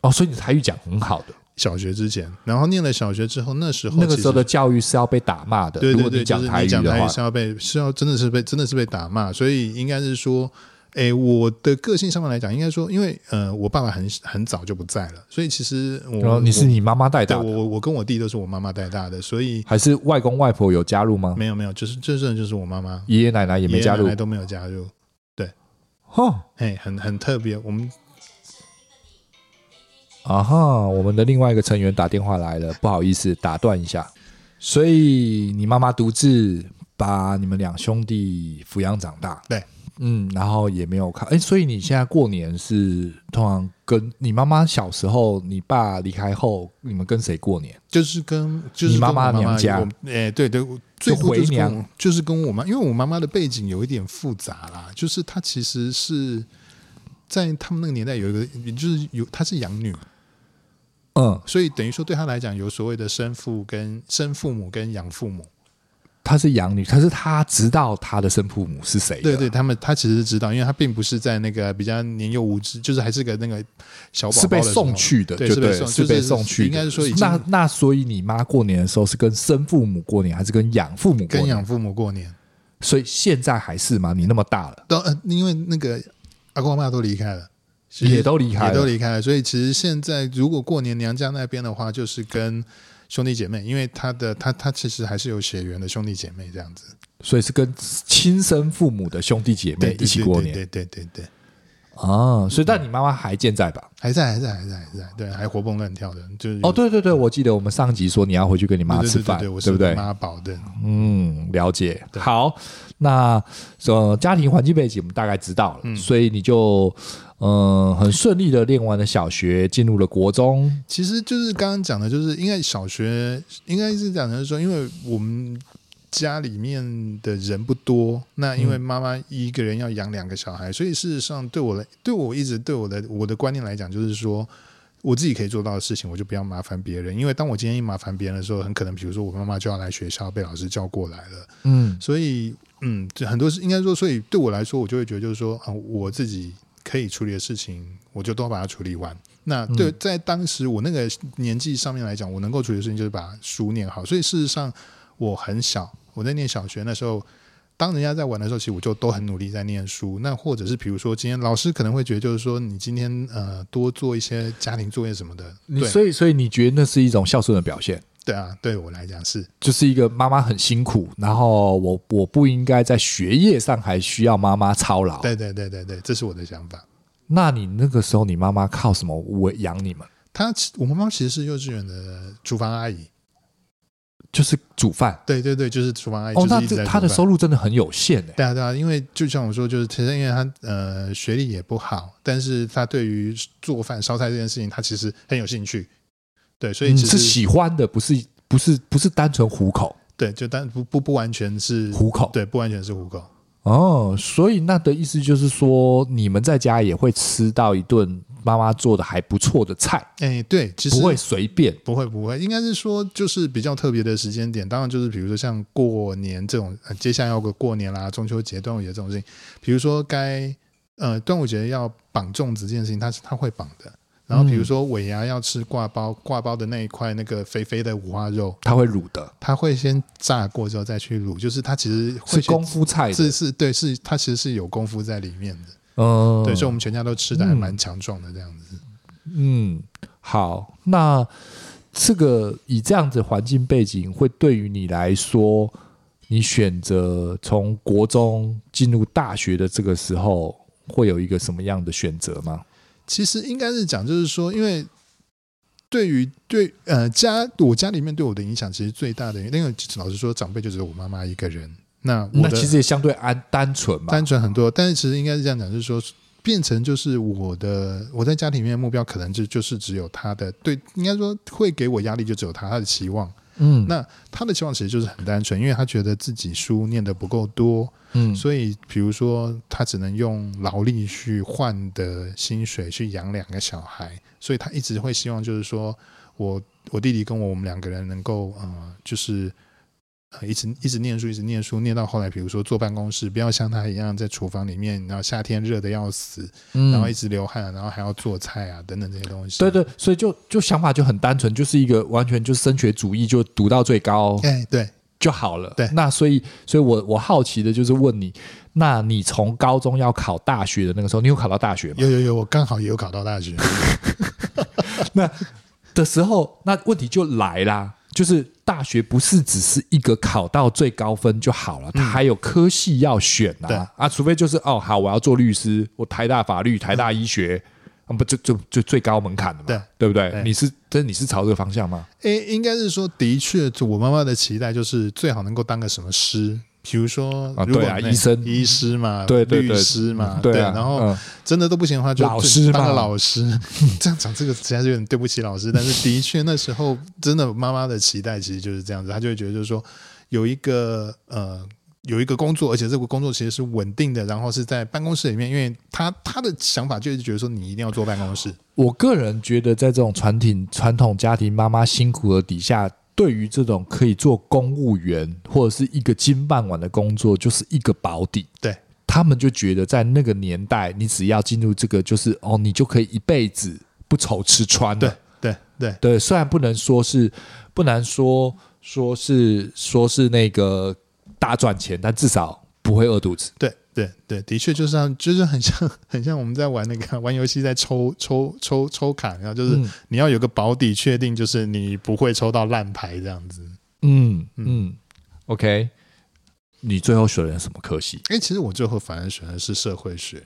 哦，所以你台语讲很好的，
小学之前，然后念了小学之后，那时候
那个
哦其
时候
实
的教育是要被打骂的。
对
如
对
果
对，就是
讲台
你
语
讲
的
台
话
语，是要被是要真的是被真的是被打骂，所以应该是说，诶，我的个性上面来讲，应该说，因为呃，我爸爸很很早就不在了，所以其实我
然后你是
我
你妈妈带
对
大
我
的，
我我跟我弟都是我妈妈带大的，所以
还是外公外婆有加入吗？
没有没有，就是真正就是我妈妈
爷爷奶奶也没加
爷爷
入
奶奶。都没有加入，
哦，
哎，很很特别，我们
啊哈，我们的另外一个成员打电话来了，不好意思打断一下。所以你妈妈独自把你们两兄弟抚养长大，
对，
嗯，然后也没有看，哎，所以你现在过年是通常跟你妈妈小时候，你爸离开后，你们跟谁过年？
就是跟就是
你
跟
妈
我妈
妈娘家
我哎、对对，我最后
回
就是跟
娘
我就是跟我妈，因为我妈妈的背景有一点复杂啦，就是她其实是在他们那个年代有一个，就是有她是养女，
嗯，
所以等于说对她来讲有所谓的生父跟生父母跟养父母，
她是养女，可是她知道她的生父母是谁的啊
对对，他们她其实知道，因为她并不是在那个比较年幼无知，就是还是个那个小宝
是
宝
被
的时候
送去的，
对
就是
被
对
送，
是
就是
被送去的。
应该是说已经
那那所以你妈过年的时候是跟生父母过年，还是跟养父母过
跟
年？
养父母过年，
所以现在还是吗？你那么大了，
都、呃、因为那个阿公阿妈都离开了。其实
也都离开
也都
了，
离开了。所以其实现在如果过年娘家那边的话，就是跟兄弟姐妹，因为他的他他其实还是有血缘的兄弟姐妹这样子，
所以是跟亲生父母的兄弟姐
对，
妹
对
一起过年
对对对对对，
啊。所以，但你妈妈还健在吧？
还在还在还在还在，对，还活蹦乱跳的，就是
哦，对对对，我记得我们上集说你要回去跟你
对
妈
对
吃
对对
饭，
对，我
对
是
不对？
妈宝的，
嗯，了解。
对
好，那呃，家庭环境背景我们大概知道了，
嗯
所以你就嗯、呃很顺利的练完了小学，进入了国中。
其实就是刚刚讲的，就是应该小学应该是讲的是说，因为我们家里面的人不多，那因为妈妈一个人要养两个小孩，所以事实上对我来，对我一直对我的我的观念来讲，就是说。我自己可以做到的事情，我就不要麻烦别人。因为当我今天一麻烦别人的时候，很可能，比如说我妈妈就要来学校被老师叫过来了，
嗯，
所以，嗯，这很多事应该说，所以对我来说，我就会觉得就是说，啊，我自己可以处理的事情，我就都把它处理完。那
嗯
对，在当时我那个年纪上面来讲，我能够处理的事情就是把书念好。所以事实上，我很小，我在念小学那时候，当人家在玩的时候，其实我就都很努力在念书。那或者是比如说，今天老师可能会觉得就是说，你今天呃多做一些家庭作业什么的，
你
对
所以所以你觉得那是一种孝顺的表现？
对啊，对我来讲是
就是一个妈妈很辛苦，然后我我不应该在学业上还需要妈妈操劳。
对对对对对，这是我的想法。
那你那个时候，你妈妈靠什么我养你们？
她其我妈妈其实是幼稚园的厨房阿姨，
就是煮饭。
对对对，就是厨房阿姨，
哦，
哎就是
那
一
这
直在
她的
煮饭
收入真的很有限欸诶。
对啊对啊，因为就像我说，就是其实因为她呃学历也不好，但是她对于做饭烧菜这件事情，她其实很有兴趣。对，所以
嗯
其
是
实、
喜欢的，不是不是不是单纯糊口。
对，就但不不不完全是
虎口。
对，不完全是虎口。
哦，所以那的意思就是说，你们在家也会吃到一顿妈妈做的还不错的菜，
哎，对，其实
不会随便。
不会不会，应该是说就是比较特别的时间点，当然就是比如说像过年这种，呃、接下来要个过年啦、中秋节、端午节这种事情，比如说该呃端午节要绑粽子这件事情，它是它会绑的。然后比如说尾牙要吃挂包，挂包的那一块那个肥肥的五花肉，
它会卤的，
它会先炸过之后再去卤，就是它其实
是
会去
功夫菜的
是。是对，是它其实是有功夫在里面的。
嗯，
对，所以我们全家都吃的还
嗯
蛮强壮的这样子。
嗯，好，那这个以这样子环境背景，会对于你来说，你选择从国中进入大学的这个时候，会有一个什么样的选择吗？
其实应该是讲，就是说，因为对于对呃家我家里面对我的影响，其实最大的，因为老实说，长辈就只有我妈妈一个人。那我
那
的
其实也相对安单纯嘛，
单纯很多，但是其实应该是这样讲，就是说。变成就是我的我在家里面的目标，可能就就是只有他的对，应该说会给我压力就只有他他的期望，
嗯
那他的期望其实就是很单纯，因为他觉得自己书念的不够多，
嗯
所以，比如说，他只能用劳力去换的薪水去养两个小孩，所以他一直会希望，就是说我我弟弟跟我我们两个人能够，呃，就是呃，一直一直念书，一直念书，念到后来，比如说坐办公室，不要像他一样在厨房里面，然后夏天热的要死，
嗯
然后一直流汗，然后还要做菜啊等等这些东西。
对，对，所以就就想法就很单纯，就是一个完全就是升学主义，就读到最高
哎，对，
就好了。
对
那所以，所以我我好奇的就是问你，那你从高中要考大学的那个时候，你有考到大学吗？
有有有，我刚好也有考到大学。
的时候，那问题就来啦，就是大学不是只是一个考到最高分就好了，它还有科系要选
嗯对
啊啊，除非就是哦，好，我要做律师，我台大法律、台大医学，啊、不就就就最高门槛的嘛，
嗯对
对不对？
对
你是真你是朝这个方向吗？
诶，应该是说，的确，我妈妈的期待就是最好能够当个什么师，比如说，
啊
如果
对啊
那
医生
医师嘛，
对对
律
对
师嘛，
对啊，
然后
嗯
真的都不行的话，就
老
就
师
当个
嘛
老师。这样讲这个实在是有点对不起老师，但是的确那时候真的妈妈的期待其实就是这样子，她就会觉得就是说有一个呃。有一个工作，而且这个工作其实是稳定的，然后是在办公室里面，因为她她的想法就是觉得说你一定要坐办公室，
我个人觉得，在这种传统传统家庭妈妈辛苦的底下，对于这种可以做公务员或者是一个金饭碗的工作，就是一个保底。
对，
他们就觉得在那个年代，你只要进入这个，就是哦，你就可以一辈子不愁吃穿
对
了。
对对，
对，虽然不能说是不能说说是说是那个大赚钱，但至少不会饿肚子。
对对对，的确就是像，就是很像，很像我们在玩那个玩游戏，在抽抽抽抽卡，然后就是
嗯
你要有个保底，确定就是你不会抽到烂牌这样子。
嗯
嗯
嗯，OK。你最后选了什么科系？
哎，其实我最后反而选的是社会学。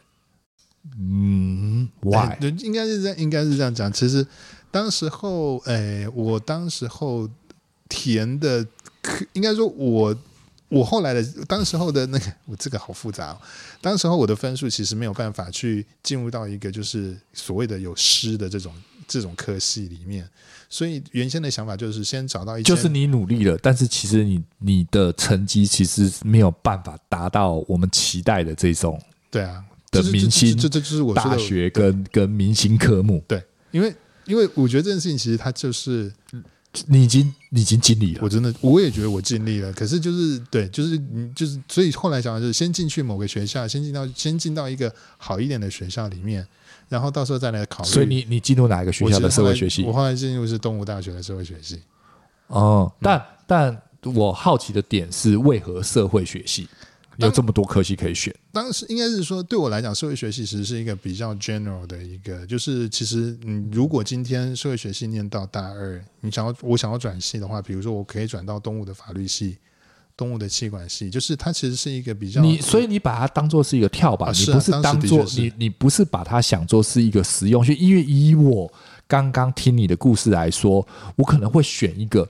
嗯，Why？
诶对应该是这样，应该是这样讲。其实当时候，哎，我当时候填的科，应该说我。我后来的当时候的那个，我这个好复杂、哦。当时候我的分数其实没有办法去进入到一个就是所谓的有诗的这种这种科系里面，所以原先的想法就是先找到一间
就是你努力了，但是其实你你的成绩其实没有办法达到我们期待的这种
对啊
的
就是
明星
这这这就是我说
大
的
学跟跟明星科目，
因为因为我觉得这件事情其实它就是
你已经你已经尽力了
我。真的，我也觉得我尽力了，可是就是对，就是嗯就是，所以后来想的就是先进去某个学校，先进到先进到一个好一点的学校里面，然后到时候再来考虑。
所以你你进入哪一个学
我
校
其实
的社
后
会
来
学系
我？后来进入是东吴大学的社会学系。
哦，但但我好奇的点是，为何社会学系有这么多科系可以选？
当时应该是说，对我来讲，社会学系其实是一个比较 general 的一个，就是其实你如果今天社会学系念到大二，你想要我想要转系的话，比如说我可以转到东吴的法律系、东吴的气管系，就是它其实是一个比较
你所以你把它当做是一个跳板，
啊
你
是啊
不是当做
当时的确是
你你不是把它想做是一个实用性，因为以我刚刚听你的故事来说，我可能会选一个。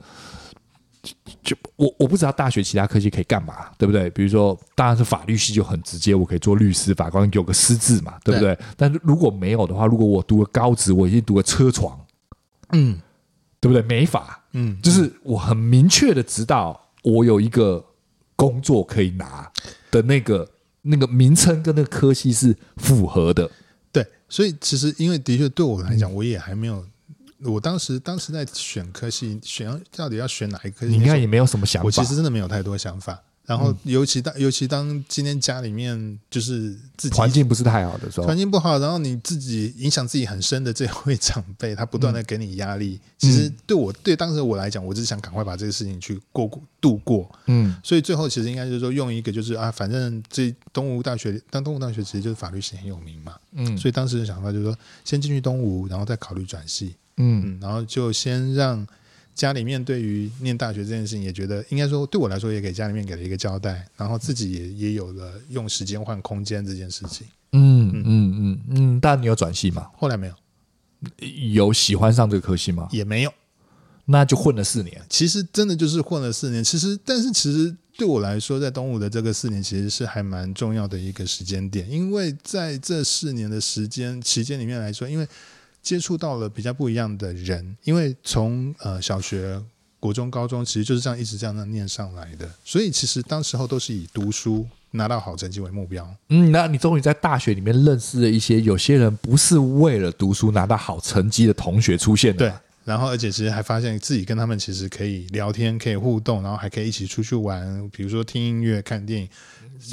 就我我不知道大学其他科系可以干嘛，对不对？比如说，当然是法律系就很直接，我可以做律师、法官，有个师字嘛，对不对？但是如果没有的话，如果我读个高职，我已经读个车床，
嗯
对不对？美法
嗯
就是我很明确的知道我有一个工作可以拿的那个那个名称跟那个科系是符合的。
对，所以其实因为的确对我来
嗯
讲，我也还没有，我当时当时在选科系，选到底要选哪一科系，
你应该也没有什么想法。嗯
我其实真的没有太多想法。然后尤其当、尤其当今天家里面就是自己
环境不是太好的时候
环，境不好，然后你自己影响自己很深的这位 长辈，他不断
嗯
的给你压力。其实对我对当时我来讲，我只是想赶快把这个事情去过过度过。
嗯，
所以最后其实应该就是说，用一个就是啊，反正这东吴大学，当东吴大学其实就是法律系很有名嘛，
嗯
所以当时的想法就是说，先进去东吴，然后再考虑转系，
嗯
嗯，然后就先让家里面对于念大学这件事情也觉得，应该说对我来说也给家里面给了一个交代，然后自己也也有了用时间换空间这件事情。
嗯嗯嗯嗯，但你有转系吗？
后来没有，
有喜欢上这个科系吗？
也没有。
那就混了四年。
其实真的就是混了四年。其实，但是其实对我来说，在东吴的这个四年其实是还蛮重要的一个时间点，因为在这四年的时间期间里面来说，因为接触到了比较不一样的人，因为从呃小学。国中、高中其实就是这样一直这样念上来的，所以其实当时候都是以读书拿到好成绩为目标。
嗯，那你终于在大学里面认识了一些有些人不是为了读书拿到好成绩的同学出现的。
对，，然后而且其实还发现自己跟他们其实可以聊天、可以互动，然后还可以一起出去玩，比如说听音乐、看电影。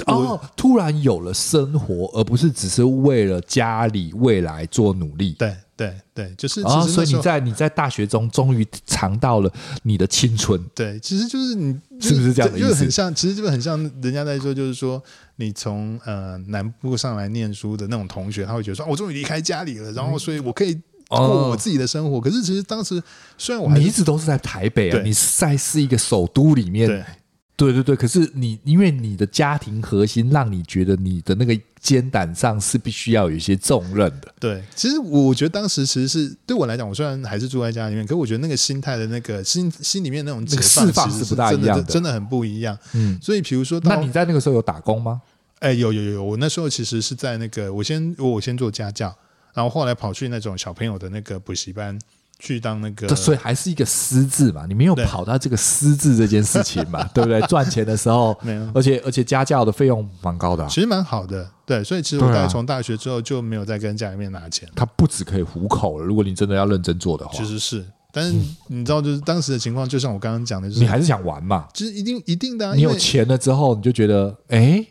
哦，突然有了生活，而不是只是为了家里未来做努力。
对对对，就是其
啊、
实
所
那
以
时
你
候、
在你在大学中终于尝到了你的青春。
对，其实就是你
是不是这样的意
就
思
就很像，其实就很像人家在说，就是说你从呃南部上来念书的那种同学，他会觉得说，哦我终于离开家里了，
嗯
然后所以我可以
哦
过我自己的生活。可是其实当时虽然我还
你一
是
直都是在台北啊，
对
你是在是一个首都里面，
对
对对对，可是你因为你的家庭核心，让你觉得你的那个肩担上是必须要有一些重任的。
对，其实我觉得当时其实是对我来讲，我虽然还是住在家里面，可我觉得那个心态的那个心心里面那种
那
解
个释放
其实
是不大
真
一样
的
的
真的很不一样。
嗯，
所以比如说到
那你在那个时候有打工吗？
哎、有有有有，我那时候其实是在那个，我先我先做家教，然后后来跑去那种小朋友的那个补习班去当那个
这，所以还是一个私字嘛，你没有
呃对
跑到这个私字这件事情 嘛，对不对？赚钱的时候
没有，
而且而且家教的费用蛮高的、啊，
其实蛮好的，对，所以其实我
对啊
大概从大学之后就没有再跟家里面拿钱了，
它不只可以糊口了，如果你真的要认真做的话
其，实是，但是你知道，就是当时的情况，就像我刚刚讲的，就是
嗯你还是想玩嘛。
就是一定一定的、啊，
你
因
有
为
钱了之后，你就觉得，哎，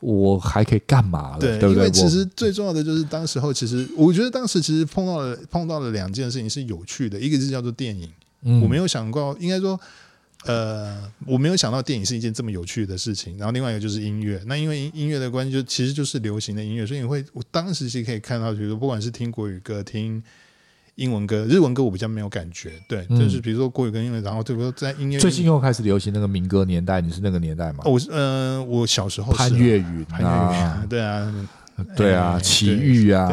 我还可以干嘛了，
对，
不
因
对？
为其
我
实最重要的就是当时候，其实我觉得当时其实碰到了碰到了两件事情是有趣的，一个是叫做电影，
嗯
我没有想过，应该说，呃，我没有想到电影是一件这么有趣的事情。然后另外一个就是音乐，那因为音音乐的关系就，其实就是流行的音乐，所以你会，我当时其实可以看到，比如说不管是听国语歌、听英文歌、日文歌，我比较没有感觉，对，
嗯
就是比如说国语跟英文，然后对比如说在音乐
最近又开始流行那个民歌年代，你是那个年代吗
哦？我是呃，我小时候是
潘越云
潘粤语
啊
啊，，对啊，
对啊，
哎
齐豫啊，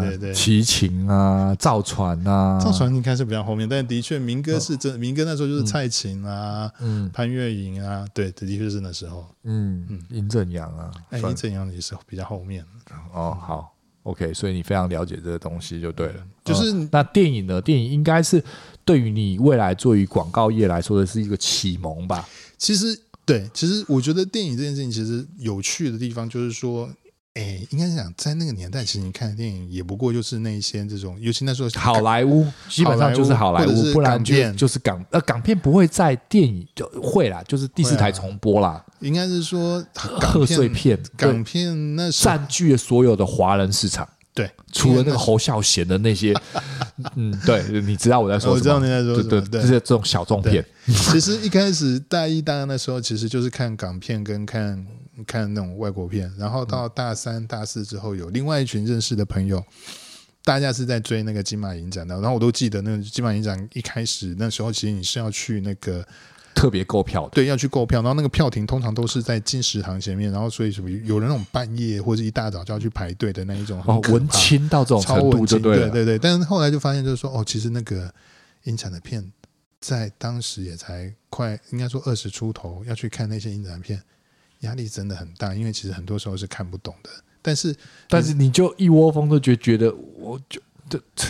对对对对对
齐秦啊，赵传啊，
赵，传应该是比较后面，但的确民歌是真，民歌那时候就是蔡琴啊、
嗯
潘越云啊，对，的确是那时候。
嗯，尹正阳啊，
哎，
算
你怎样也是比较后面，
哦，好，OK，所以你非常了解这个东西就对了。
就是
嗯那电影呢？电影应该是对于你未来做于广告业来说的是一个启蒙吧？
其实对，其实我觉得电影这件事情其实有趣的地方就是说，哎，应该是讲在那个年代，其实你看的电影也不过就是那一些这种，尤其那时候
好莱坞基本上就是好莱
或者
坞，
是
不然
港
就
片
就是港呃港片不会在电影就会啦，就是第四
会啊
台重播啦，
应该是说港
贺岁
片，
片对
港片那时候
占据了所有的华人市场。
对，
除了那
因为
个侯孝贤的那 些，嗯，对，你知道我在说什么？
我知道你在说什么
对对，
对
这些这种小众片，
其实一开始大一、大二那时候，其实就是看港片跟看看那种外国片，然后到大三、大四之后，有另外一群认识的朋友，大家是在追那个金马影展的。然后我都记得，那个金马影展一开始那时候，其实你是要去那个
特别购票的。
对要去购票，然后那个票亭通常都是在金石堂前面，然后所以什么有人那种半夜或者一大早就要去排队的那一种，很
哦，
可
文
怕
青到这种
超
程度
文
就
青，
对
对
了。
对对。但是后来就发现，就是说，哦，其实那个影展的片在当时也才快，应该说二十出头，要去看那些影展片，压力真的很大，因为其实很多时候是看不懂的。但是
但是你就一窝蜂都觉觉得，我就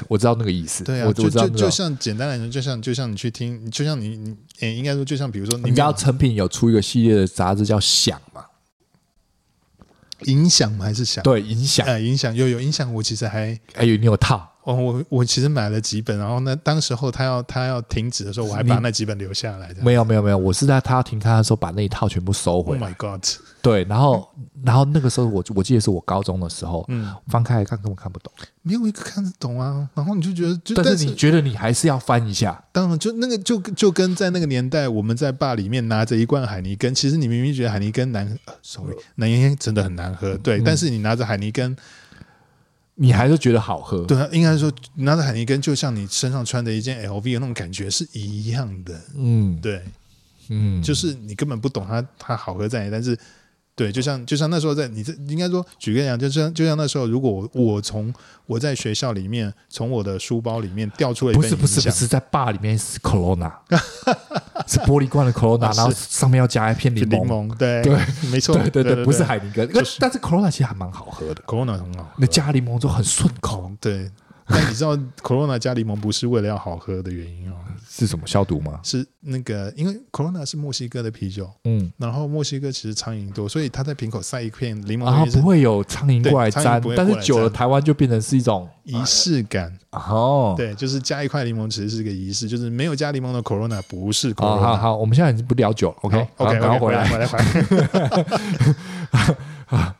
我知道那个意思，
对啊，
我
就
我知道
就
那
就
个。哦
像简单来说，就像就像你去听，就像你你，诶，应该说就像比如说你
你
们
知道成品有出一个系列的杂志叫《想》嘛？
影响吗还是想
对，影响。
呃影响有有影响，我其实还
哎呦，你有套，
哦我我其实买了几本，然后呢，当时候他要他要停止的时候，我还把
你
那几本留下来的。
没有没有没有，我是在他停刊的时候把那一套全部收
Oh
回来。
my god！
对，然后然后那个时候我我记得是我高中的时候，
嗯，
翻开来看根本看不懂，
没有一个看得懂啊。然后你就觉得，就
但
但
是你
是
觉得你还是要翻一下。
当然就那个就就跟在那个年代，我们在坝里面拿着一罐海尼根，其实你明明觉得海尼根难、呃、，sorry，南烟烟真的很难喝，对。
嗯
但是你拿着海尼根，
你还是觉得好喝，
对啊，应该说你拿着海尼根，就像你身上穿的一件 LV 的那种感觉是一样的，
嗯，
对。
嗯，
就是你根本不懂它它好喝在哪，但是对，就像就像那时候在你这应该说举个例子，啊就像就像那时候，如果我我从我在学校里面从我的书包里面掉出了一
不
份
是不是
影
不
响
是，在坝里面是 Corona，是玻璃罐的 Corona，
啊是
然后上面要加一片
是
柠
柠
檬。
檬，对
对
没错，
对对
对
对，不是海宁根，
就
但
是
但是 Corona 其实还蛮好喝的，嗯
Corona 很好喝
那，加柠檬就很顺口。
对。但你知道 Corona 加柠檬不是为了要好喝的原因哦，
是什么消毒吗？
是那个因为 Corona 是墨西哥的啤酒，
嗯，
然后墨西哥其实苍蝇多，所以它在瓶口塞一片柠檬
然后啊
的原因
不
是
会有苍蝇
啊对
过来
苍蝇
粘
不，会
但
过
是
来
久了
粘
台湾就变成是一种
仪式感，
哦。
对，就是加一块柠檬，其实是个仪式，就是没有加柠檬的 Corona 不是
哦，好
Corona。
好，我们现在已经不聊酒了，OK
OK，
然后回
回
来，
回来，回来。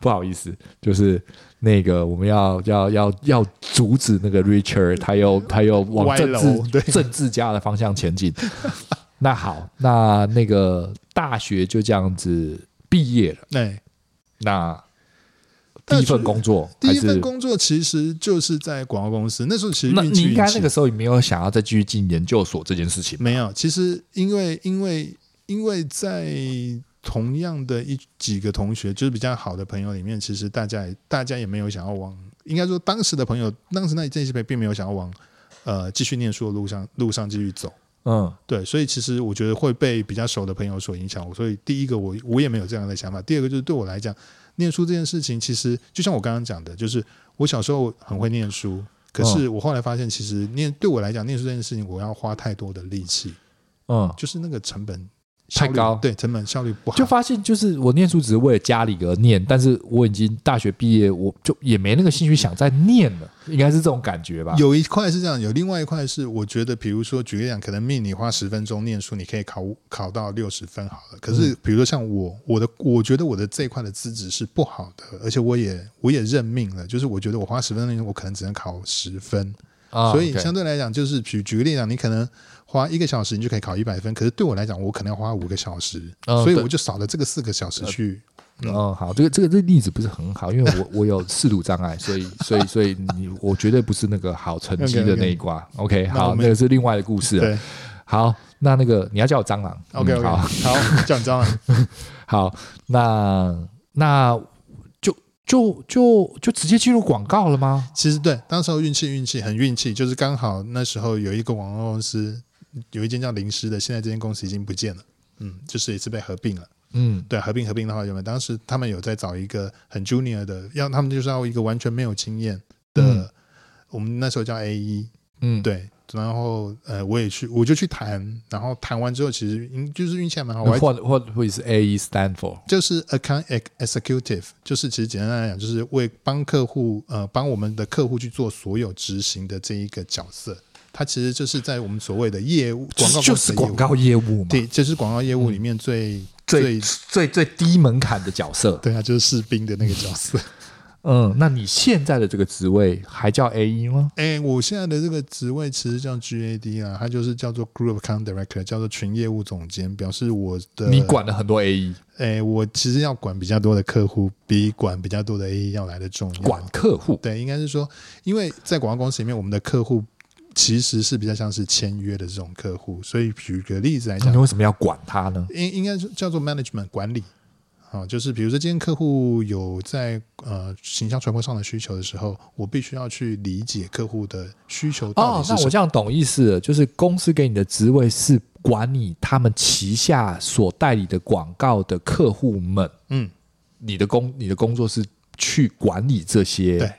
不好意思，就是那个我们要要要要阻止那个 Richard，他又他又往
歪
政
楼
治
对
政治家的方向前进。 那好，那那个大学就这样子毕业了。
对，
那第
大学
一份工作
第
还
一份
是？
工作其实就是在广告公司，那时候其实
那
运
你
气
应该那
运
个
气
时候也没有想要再继续进研究所这件事情吧。
没有，其实因为因为因为在同样的一几个同学，就是比较好的朋友里面，其实大家也大家也没有想要往，应该说当时的朋友，当时那这些朋友并没有想要往呃继续念书的路上路上继续走。
嗯，
对，所以其实我觉得会被比较熟的朋友所影响。所以第一个我我也没有这样的想法。第二个就是对我来讲，念书这件事情，其实就像我刚刚讲的，就是我小时候很会念书，可是我后来发现，其实念对我来讲，念书这件事情，我要花太多的力气，
嗯，
就是那个成本
太
效率
高
对，成本效率不好。
就发现就是我念书只是为了家里而念，但是我已经大学毕业，我就也没那个兴趣想再念了，应该是这种感觉吧？
有一块是这样，有另外一块是我觉得，比如说举个例讲，可能命你花十分钟念书，你可以考考到六十分好了。可
嗯
是比如说像我，我的我觉得我的这一块的资质是不好的，而且我也我也认命了，就是我觉得我花十分钟念书，我可能只能考十分。
啊
所以
OK
相对来讲，就是举举个例讲，你可能花一个小时你就可以考一百分，可是对我来讲，我可能要花五个小时，
嗯
所以
对
我就少了这个四个小时去。嗯
嗯，好，这个这个这个例子不是很好，因为我我有视读障碍，所 以所以所以你我绝对不是那个好成绩的
OK，OK
那一挂。OK，
那
好
我，们
那个是另外的故事了。
对
好，那那个你要叫我蟑螂
，OK
呃嗯
OK，
好
好，这样啊这样，
好，那那就就就就直接进入广告了吗？
其实对，当时候运气运气很运气，就是刚好那时候有一个广告公司，有一间叫林师的，现在这间公司已经不见了。嗯，就是也是被合并了。
嗯
对，合并合并的话，原本当时他们有在找一个很 junior 的，要他们就是要一个完全没有经验的，
嗯
我们那时候叫 A 一，
嗯，
对。然后呃，我也去，我就去谈，然后谈完之后，其实运就是运气还蛮好，我还
或或或者是 A E stand for
就是 account ex- executive，就是其实简单来讲，就是为帮客户呃帮我们的客户去做所有执行的这一个角色。它其实就是在我们所谓的业务广告
就是
公司的
广
业务，
告业务嘛，嗯
对，这是广告业务里面最、
最
最
最最低门槛的角色。
对啊，就是士兵的那个角色。
嗯，那你现在的这个职位还叫 A E 吗？
哎，我现在的这个职位其实叫 GAD 啊，它就是叫做 Group Account Director，叫做群业务总监，表示我的
你管了很多 A E，
哎，我其实要管比较多的客户，比管比较多的 AE 要来的重要。
管客户。
对，应该是说，因为在广告公司里面，我们的客户其实是比较像是签约的这种客户，所以举个例子来
那
讲
你，为什么要管他呢？
应应该是叫做 management 管理。啊，就是比如说，今天客户有在呃形象传播上的需求的时候，我必须要去理解客户的需求
哦
到底，是
那
什
我
么。
这样懂意思了，就是公司给你的职位是管你他们旗下所代理的广告的客户们，
嗯，
你的工你的工作是去管理这些
对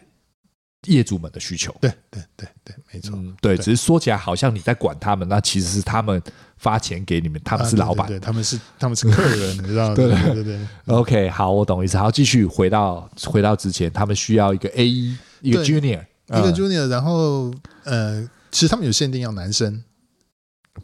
业主们的需求。
对对对对，没错。
嗯，对，
对
只是说起来好像你在管他们，那其实是他们发钱给你们，他们
啊
是
对
老板。
对对他们是他们是客人，你知 道吗？对对对对
OK，好，我懂意思。好，继续回到回到之前，他们需要一个 A 一，一个
对
Junior，
一个
嗯
junior，然后呃，其实他们有限定要男生，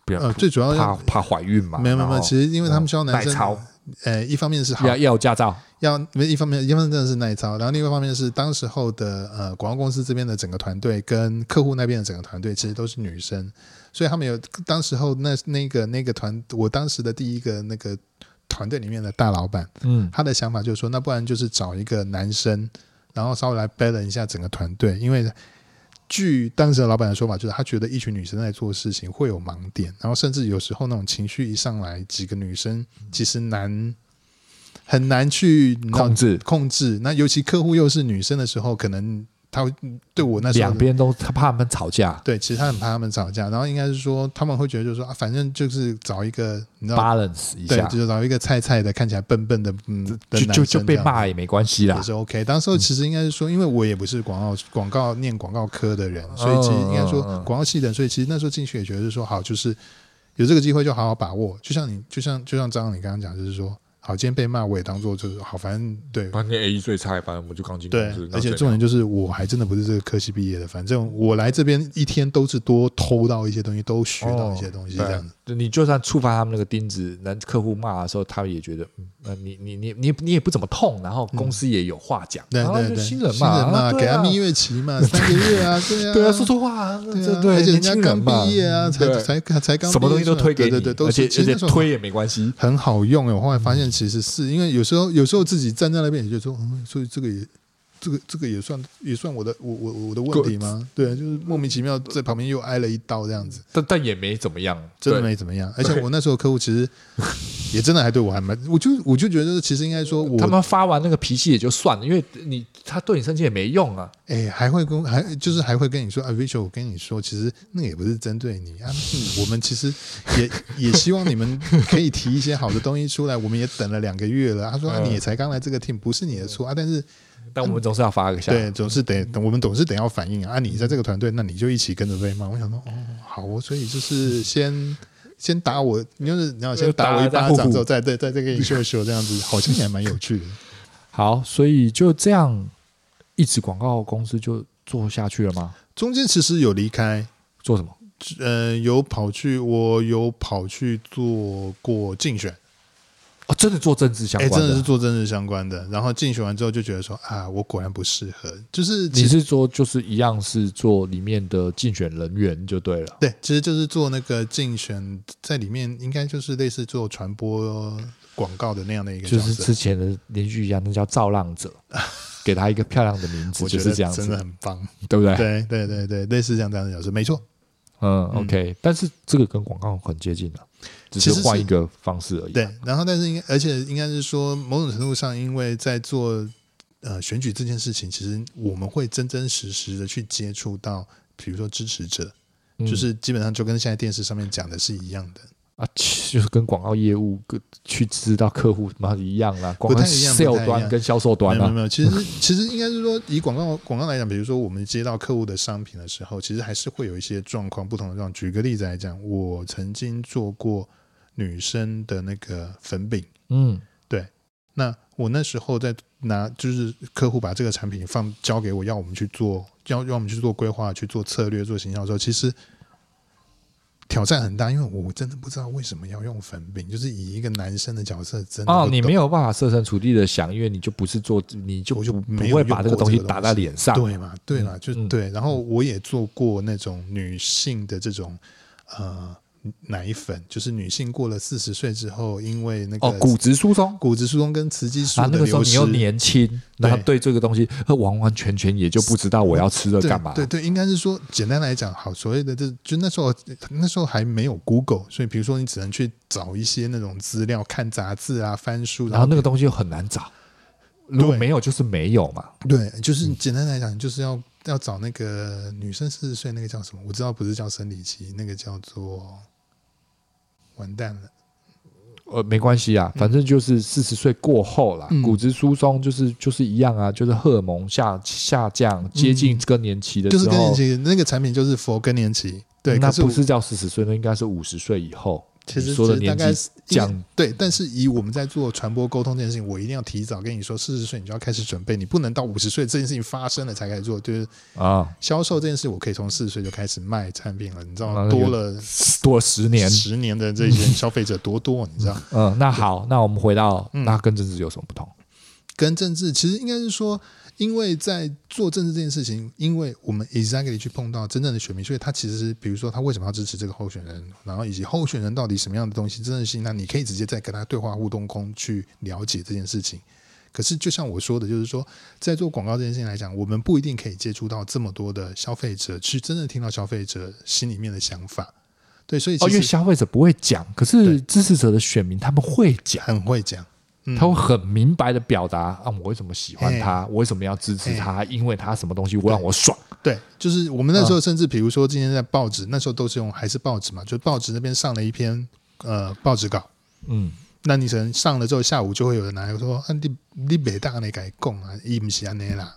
不要
呃，最主要
怕
要
怕怀孕嘛？
没有没有没
然
有，
后嗯
其实因为他们需要男
耐
生
操，
呃，一方面是好
要要有驾照，
要，没一方面一方面真的是耐操，然后另外一方面是当时候的呃广告公司这边的整个团队跟客户那边的整个团队其实都是女生，所以他们有当时候那那个那个团，我当时的第一个那个团队里面的大老板，
嗯，
他的想法就是说，那不然就是找一个男生，然后稍微来 balance 一下整个团队，因为据当时的老板的说法，就是他觉得一群女生在做事情会有盲点，然后甚至有时候那种情绪一上来，几个女生其实难很难去
控制
控制，那尤其客户又是女生的时候，可能他会对我那时候
两边都他怕他们吵架
对，其实他很怕他们吵架，然后应该是说他们会觉得就是说啊，反正就是找一个你知道。
，balance 一
对，
下，
就找一个菜菜的、看起来笨笨的，嗯，的
就
男
就就
生
被
这样子
骂也没关系啦
也。是 OK。当时候其实应该是说，因为我也不是广告广告念广告科的人，所以其实应该说
嗯嗯嗯
广告系的人，所以其实那时候进去也觉得是说好，就是有这个机会就好好把握。就像你，就像就像张你刚刚讲，就是说好，今天被骂我也当做就是好，反正对。
反正 A 一最菜，反正我就刚进
对，而且重点就是，我还真的不是这个科系毕业的。反正我来这边一天都是多偷到一些东西，都学到一些东西，这样子。
哦对你就算触发他们那个钉子，那客户骂的时候，他们也觉得，嗯，那你你你你你也不怎么痛，然后公司也有话讲，
嗯对
然后
对
就
对，
新人嘛，
嘛，
啊对
给他
啊
们蜜月期嘛，三个月啊，对 啊，
对啊，说错话啊，
对
这
啊，
对，
而且人
年
家
轻人
刚
嘛
毕业啊，才
对
才才刚
什么东西
毕业
都推给你，
对对对，都
而且
是
而
其实
且
那时候
推嗯也没关系。
很好用欸。我后来发现其实是因为有时候有时候自己站在那边也就说，嗯，所以这个也。这个这个也算也算我的我我我的问题吗？对，就是莫名其妙在旁边又挨了一刀这样子，
但但也没怎么样，
真的
对
没怎 么样。而且我那时候客户其实也真的还对我还蛮，我就我就觉得其实应该说我
他们发完那个脾气也就算了，因为你他对你生气也没用啊。
哎，还会跟还就是还会跟你说啊，Rachel，我跟你说，其实那个也不是针对你啊，是我们其实也也希望你们可以提一些好的东西出来，我们也等了两个月了。他说、啊、
嗯
你也才刚来这个 team，不是你的错啊，但是
但我们总是要发个下，
嗯对，总是得等我们总是得要反应啊，啊你在这个团队，那你就一起跟着被骂。我想说哦，好哦，所以就是先。先打我，你就是你要先打我一巴掌之后，再再再再给你秀一秀，这样子好像也还蛮有趣的。
好，所以就这样，一直广告公司就做下去了吗？
中间其实有离开，
做什么？
呃，有跑去，我有跑去做过竞选，
哦，真的做政治相
哎，
关
真的是做政治相关的。然后竞选完之后就觉得说啊，我果然不适合，就是
你
其实
是说就是一样是做里面的竞选人员就对了。
对，其实就是做那个竞选，在里面应该就是类似做传播广告的那样的一个角
就是
色。
之前的连续一样，那叫造浪 者，给他一个漂亮的名字，
我
就
觉
是
得
这样子哎
真，的很棒。
对不对？
对对对对，类似像这样的角色，没错。
嗯
嗯
，OK，但是这个跟广告很接近了，只是
其实是
换一个方式而已。
对，然后但是应该，而且应该是说，某种程度上，因为在做呃选举这件事情，其实我们会真真实实的去接触到，比如说支持者，
嗯，
就是基本上就跟现在电视上面讲的是一样的，
啊，其就是跟广告业务跟去知道客户嘛一样啦，广
不
告
太一样
sale
不太一样
端跟销售
没
端
有没有
啊，
没有，其实其实应该是说，以广告广告来讲，比如说我们接到客户的商品的时候，其实还是会有一些状况，不同的状况。举个例子来讲，我曾经做过女生的那个粉饼，
嗯
那我那时候在拿，就是客户把这个产品放交给我，要我们去做，要要我们去做规划、去做策略、做形象的时候，其实挑战很大，因为我真的不知道为什么要用粉饼，就是以一个男生的角色，真的
哦
不，
你
懂
没有办法设身处地的想，因为你就不是做，你就
我就
不不
没有
会
用
把这个
过
东
这
西
个东
打在
西
脸上，
对嘛，对嘛，就
嗯
对。然后我也做过那种女性的这种呃奶粉，就是女性过了四十岁之后，因为那个
哦，骨质疏松。
骨质疏松跟雌激素
啊，那
的
个时候
流
你
失，
又年轻，然后
对
对这个东西呃完完全全也就不知道我要吃了
对
干嘛。
对对，应该是说，简单来讲，好，所谓的这就那时候那时候还没有 Google，所以比如说你只能去找一些那种资料，看杂志啊，翻书，
然
然
后
后
那个东西又很难找，如果没有就是没有嘛。
对，
嗯
就是简单来讲，就是要要找那个女生四十岁那个叫什么？我知道不是叫生理期，那个叫做完蛋了，
呃，没关系啊，反正就是四十岁过后啦，
嗯
骨质疏松就是就是一样啊，就是荷尔蒙下下降，接近更年期的时
嗯就
候，嗯
是更年期那个产品就是佛更年期，对，
那
可是
不
我
是叫四十岁，那应该是五十岁以后。
其
你
实
说的
其实
年
大概
纪
是
降
对，但是以我们在做传播沟通这件事情，我一定要提早跟你说，四十岁你就要开始准备，你不能到五十岁这件事情发生了才开始做。就是
啊，
销售这件事，我可以从四十岁就开始卖产品了，你知道
那
吗？
就
多了
多十年。
十年的这些消费者多多，你知道？
嗯，那好，那我们回到
嗯
那跟政治有什么不同？
跟政治其实应该是说，因为在做政治这件事情，因为我们 exactly 去碰到真正的选民，所以他其实比如说他为什么要支持这个候选人，然后以及候选人到底什么样的东西真正吸引他，你可以直接在跟他对话互动中去了解这件事情。可是，就像我说的，就是说，在做广告这件事情来讲，我们不一定可以接触到这么多的消费者，去真正听到消费者心里面的想法。对，所以
哦，因为
其实
消费者不会讲，可是
对
支持者的选民他们会讲，
很会讲，嗯
他会很明白的表达啊，我为什么喜欢他，我为什么要支持他，因为他什么东西我让我爽。
对，就是我们那时候甚至比如说今天在报纸，那时候都是用还是报纸嘛，就报纸那边上了一篇呃报纸稿，
嗯，
那你可能上了之后，下午就会有人拿来说，啊，你你北大那改供啊，伊不是安内啦，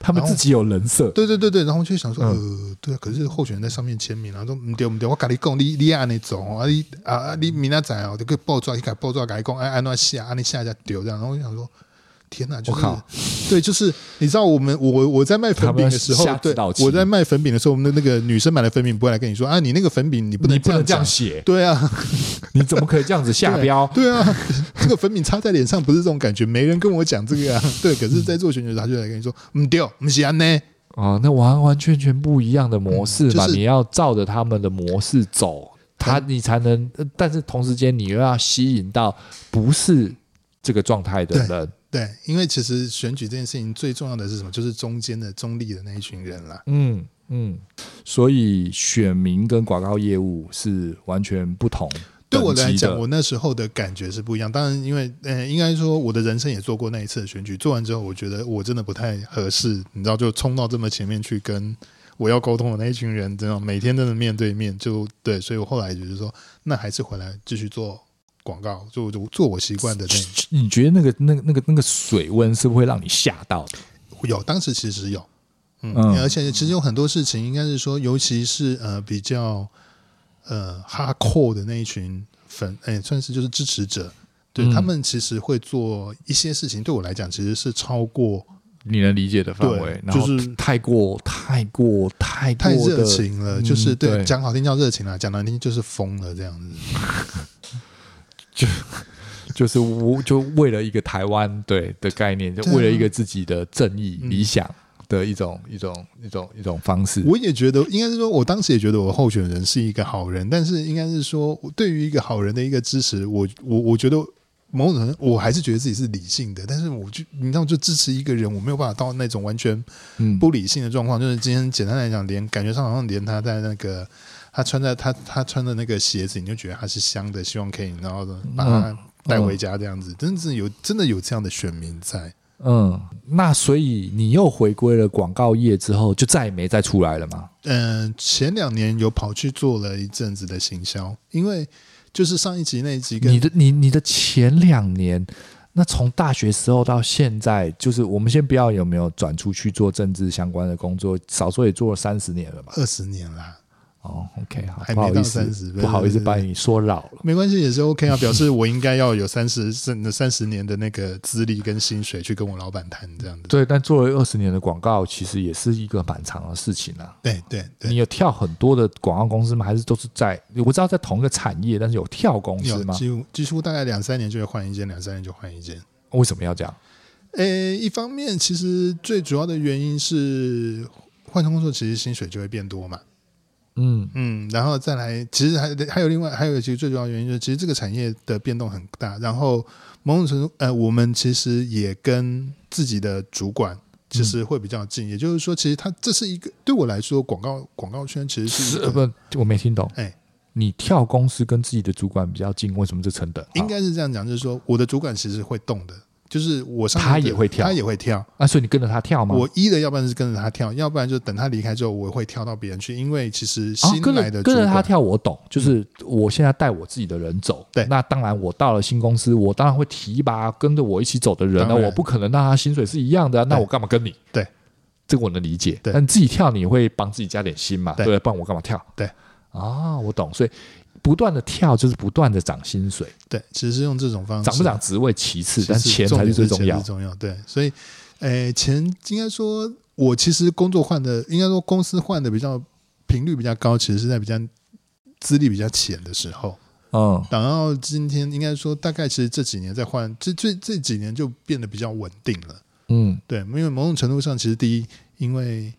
他们自己有人设，
对对对对，然后就想说，
嗯
呃，对啊，可是候选人在上面签名，然后说嗯唔对唔对，我跟你讲，你你安内走啊，你啊啊你明仔载哦，就给报纸，你改报纸改供，安安那下，安尼下一下丢这样，然后我就想说。天呐，就
我
是
靠
对，就是你知道我们我我在卖粉饼的时候
他们要下，
对
指导，棋
我在卖粉饼的时候，我们的那个女生买的粉饼不会来跟你说啊，你那个粉饼你不能
你不能这样
讲
写，
对啊，
你怎么可以这样子下标？
对啊，这个粉饼擦在脸上不是这种感觉，没人跟我讲这个啊。对，可是，在做选举的时候，他就来跟你说，嗯，对，不是安呢，
哦，那完完全全不一样的模式嘛，
嗯就是
你要照着他们的模式走，他你才能，呃但是同时间你又要吸引到不是这个状态的人，嗯
对，因为其实选举这件事情最重要的是什么？就是中间的中立的那一群人啦。
嗯嗯，所以选民跟广告业务是完全不同
对我来
等级
讲，
的
我那时候的感觉是不一样。当然，因为呃，应该说我的人生也做过那一次的选举，做完之后，我觉得我真的不太合适，你知道，就冲到这么前面去跟我要沟通的那一群人，真的每天真的面对面，就对，所以我后来就是说，那还是回来继续做广告，就就做我习惯的那一
你觉得那个那个那个那个水温是不是会让你吓到的？
有，当时其实有，嗯，
嗯
而且其实有很多事情，应该是说，尤其是呃比较呃哈扣的那一群粉，哎、算是就是支持者，对、
嗯
他们其实会做一些事情，对我来讲其实是超过
你能理解的范围
对，
然后
就是
太过太过太
太
过
热
的
情了，
嗯
就是对
对
讲好听叫热情啦，讲难听就是疯了这样子。
就是我就为了一个台湾对的概念，就
对啊
为了一个自己的正义、
嗯
理想的一种一种一种一种方式。
我也觉得，应该是说，我当时也觉得我候选人是一个好人，但是应该是说，对于一个好人的一个支持，我我我觉得某种程度我还是觉得自己是理性的，但是我就你知道，就支持一个人，我没有办法到那种完全
嗯，
不理性的状况。就是今天简单来讲，连感觉上好像连他在那个他穿在他他穿的那个鞋子，你就觉得他是香的，希望可以然后把他带回家这样子，真的是有真的有这样的选民在。
嗯，那所以你又回归了广告业之后，就再也没再出来了嘛？
嗯，前两年有跑去做了一阵子的行销，因为就是上一集那一集跟
你的你你的前两年，那从大学时候到现在，就是我们先不要有没有转出去做政治相关的工作，少说也做了三十年了吧？
二十年啦，
哦，OK，好，
还
不好
没到
意思
30，
不好意思
对对对
把你说老了。
没关系也是 OK 啊，表示我应该要有三十甚三十年的那个资历跟薪水去跟我老板谈这样子。
对，但做了二十年的广告，其实也是一个蛮长的事情啊。
对对
你
对，
有跳很多的广告公司吗？还是都是在我知道在同一个产业，但是有跳公司
有
吗？
几乎几乎大概两三年就会换一间，两三年就换一间。
为什么要这样？
诶，一方面其实最主要的原因是换工作，其实薪水就会变多嘛。
嗯
嗯，然后再来，其实还还有另外还有其实最主要的原因就是，其实这个产业的变动很大。然后某种程度，呃，我们其实也跟自己的主管其实会比较近，也就是说，其实它这是一个对我来说，广告广告圈其实是一呃
是
个
呃不？我没听懂。
哎
你跳公司跟自己的主管比较近，为什么这成等？啊
应该是这样讲，就是说我的主管其实会动的。就是我上
他
面的
也会跳
他也会跳。嗯
啊，所以你跟着他跳吗？
我一的要不然是跟着他跳，要不然就等他离开之后，我会跳到别人去。因为其实
啊
新
跟
来
着
的主
跟着
管、嗯
他跳，我懂，就是我现在带我自己的人走。
对
那当然，我到了新公司，我当然会提拔跟着我一起走的人了。啊
当然
我不可能让他薪水是一样的啊，那
对
我干嘛跟你？
对，
这个我能理解。
对
但你自己跳，你会帮自己加点薪嘛？
对
对，不然我干嘛跳？
对，
啊，我懂。所以不断的跳就是不断的涨薪水，
对，其实嗯是用这种方式，
涨不涨职位其
其
次，
实
但钱
重
才
点
是
是
最重要
钱是。重要对，所以，诶、钱应该说，我其实工作换的，应该说公司换的比较频率比较高，其实是在比较资历比较浅的时候。
嗯，
然后今天应该说，大概其实这几年在换，这这这几年就变得比较稳定了。
嗯，
对，因为某种程度上，其实第一，因为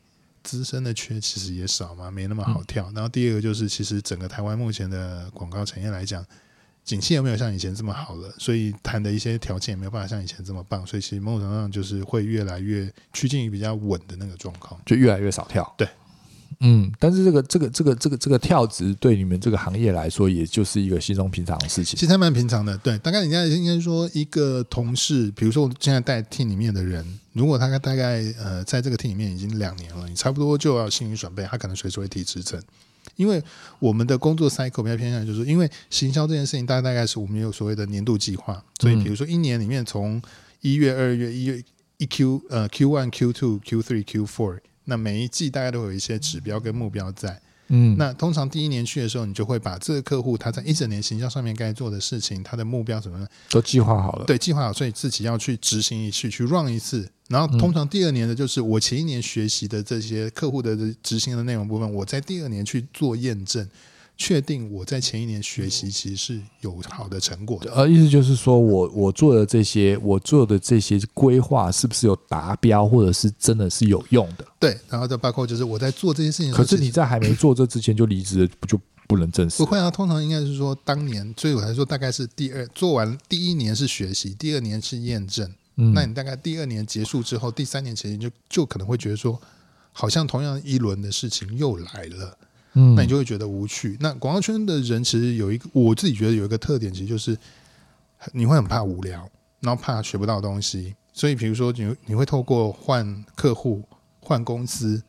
资深的缺其实也少嘛，没那么好跳。然后第二个就是，其实整个台湾目前的广告产业来讲，景气也没有像以前这么好了，所以谈的一些条件也没有办法像以前这么棒，所以其实某种程度上就是会越来越趋近于比较稳的那个状况。
就越来越少跳。
对，
嗯，但是这个这个这个这个这个跳值对你们这个行业来说，也就是一个稀松平常的事情
其。实还蛮平常的，对，大概人家应该说一个同事，比如说我现在带 team 里面的人，如果他大概呃在这个 team 里面已经两年了，你差不多就要心理准备，他可能随时会提职称。因为我们的工作 cycle 比较偏向，就是因为行销这件事情，大概大概是我们有所谓的年度计划，所以比如说一年里面从一月、二月、一月一 Q 呃 Q one、Q two、Q three、Q four，那每一季大概都有一些指标跟目标在。
嗯，
那通常第一年去的时候，你就会把这个客户他在一整年行销上面该做的事情，他的目标怎么样，
都计划好了。
对计划好，所以自己要去执行一次，去 run 一次。然后通常第二年的就是我前一年学习的这些客户的执行的内容部分，我在第二年去做验证，确定我在前一年学习其实是有好的成果的。
呃，意思就是说我我做的这些，我做的这些规划是不是有达标，或者是真的是有用的？
对，然后再包括就是我在做这些事情的时候，
可是你在还没做这之前就离职了，不就不能正式
不？会啊，通常应该是说当年，所以我才说大概是第二做完第一年是学习，第二年是验证。
嗯
那你大概第二年结束之后，第三年其实就就可能会觉得说，好像同样一轮的事情又来了，
嗯
那你就会觉得无趣。那广告圈的人其实有一个，我自己觉得有一个特点，其实就是你会很怕无聊，然后怕学不到东西，所以比如说你你会透过换客户、换公司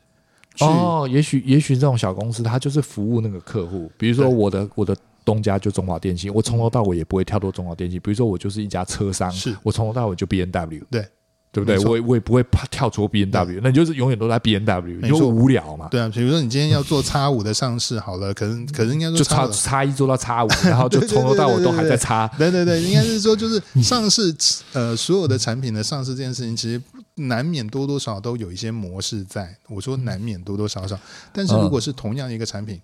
去。
哦，也许也许这种小公司，它就是服务那个客户。比如说
对
我的我的东家就中华电信，我从头到尾也不会跳脱中华电信。比如说我就是一家车商，
是
我从头到尾就 B N W，
对
对不对
没？错
我也我也不会怕跳出 B N W，那你就是永远都在 B N W，你
没
就
错
无聊嘛。
对啊，比如说你今天要做叉五的上市好了，可能可能应该说
就差
五
差一做到差 五，然后就从头到尾都还在差。
对对对，应该是说就是上市，呃，所有的产品的上市这件事情，其实难免多多少少都有一些模式在。我说难免多多少少，但是如果是同样一个产品，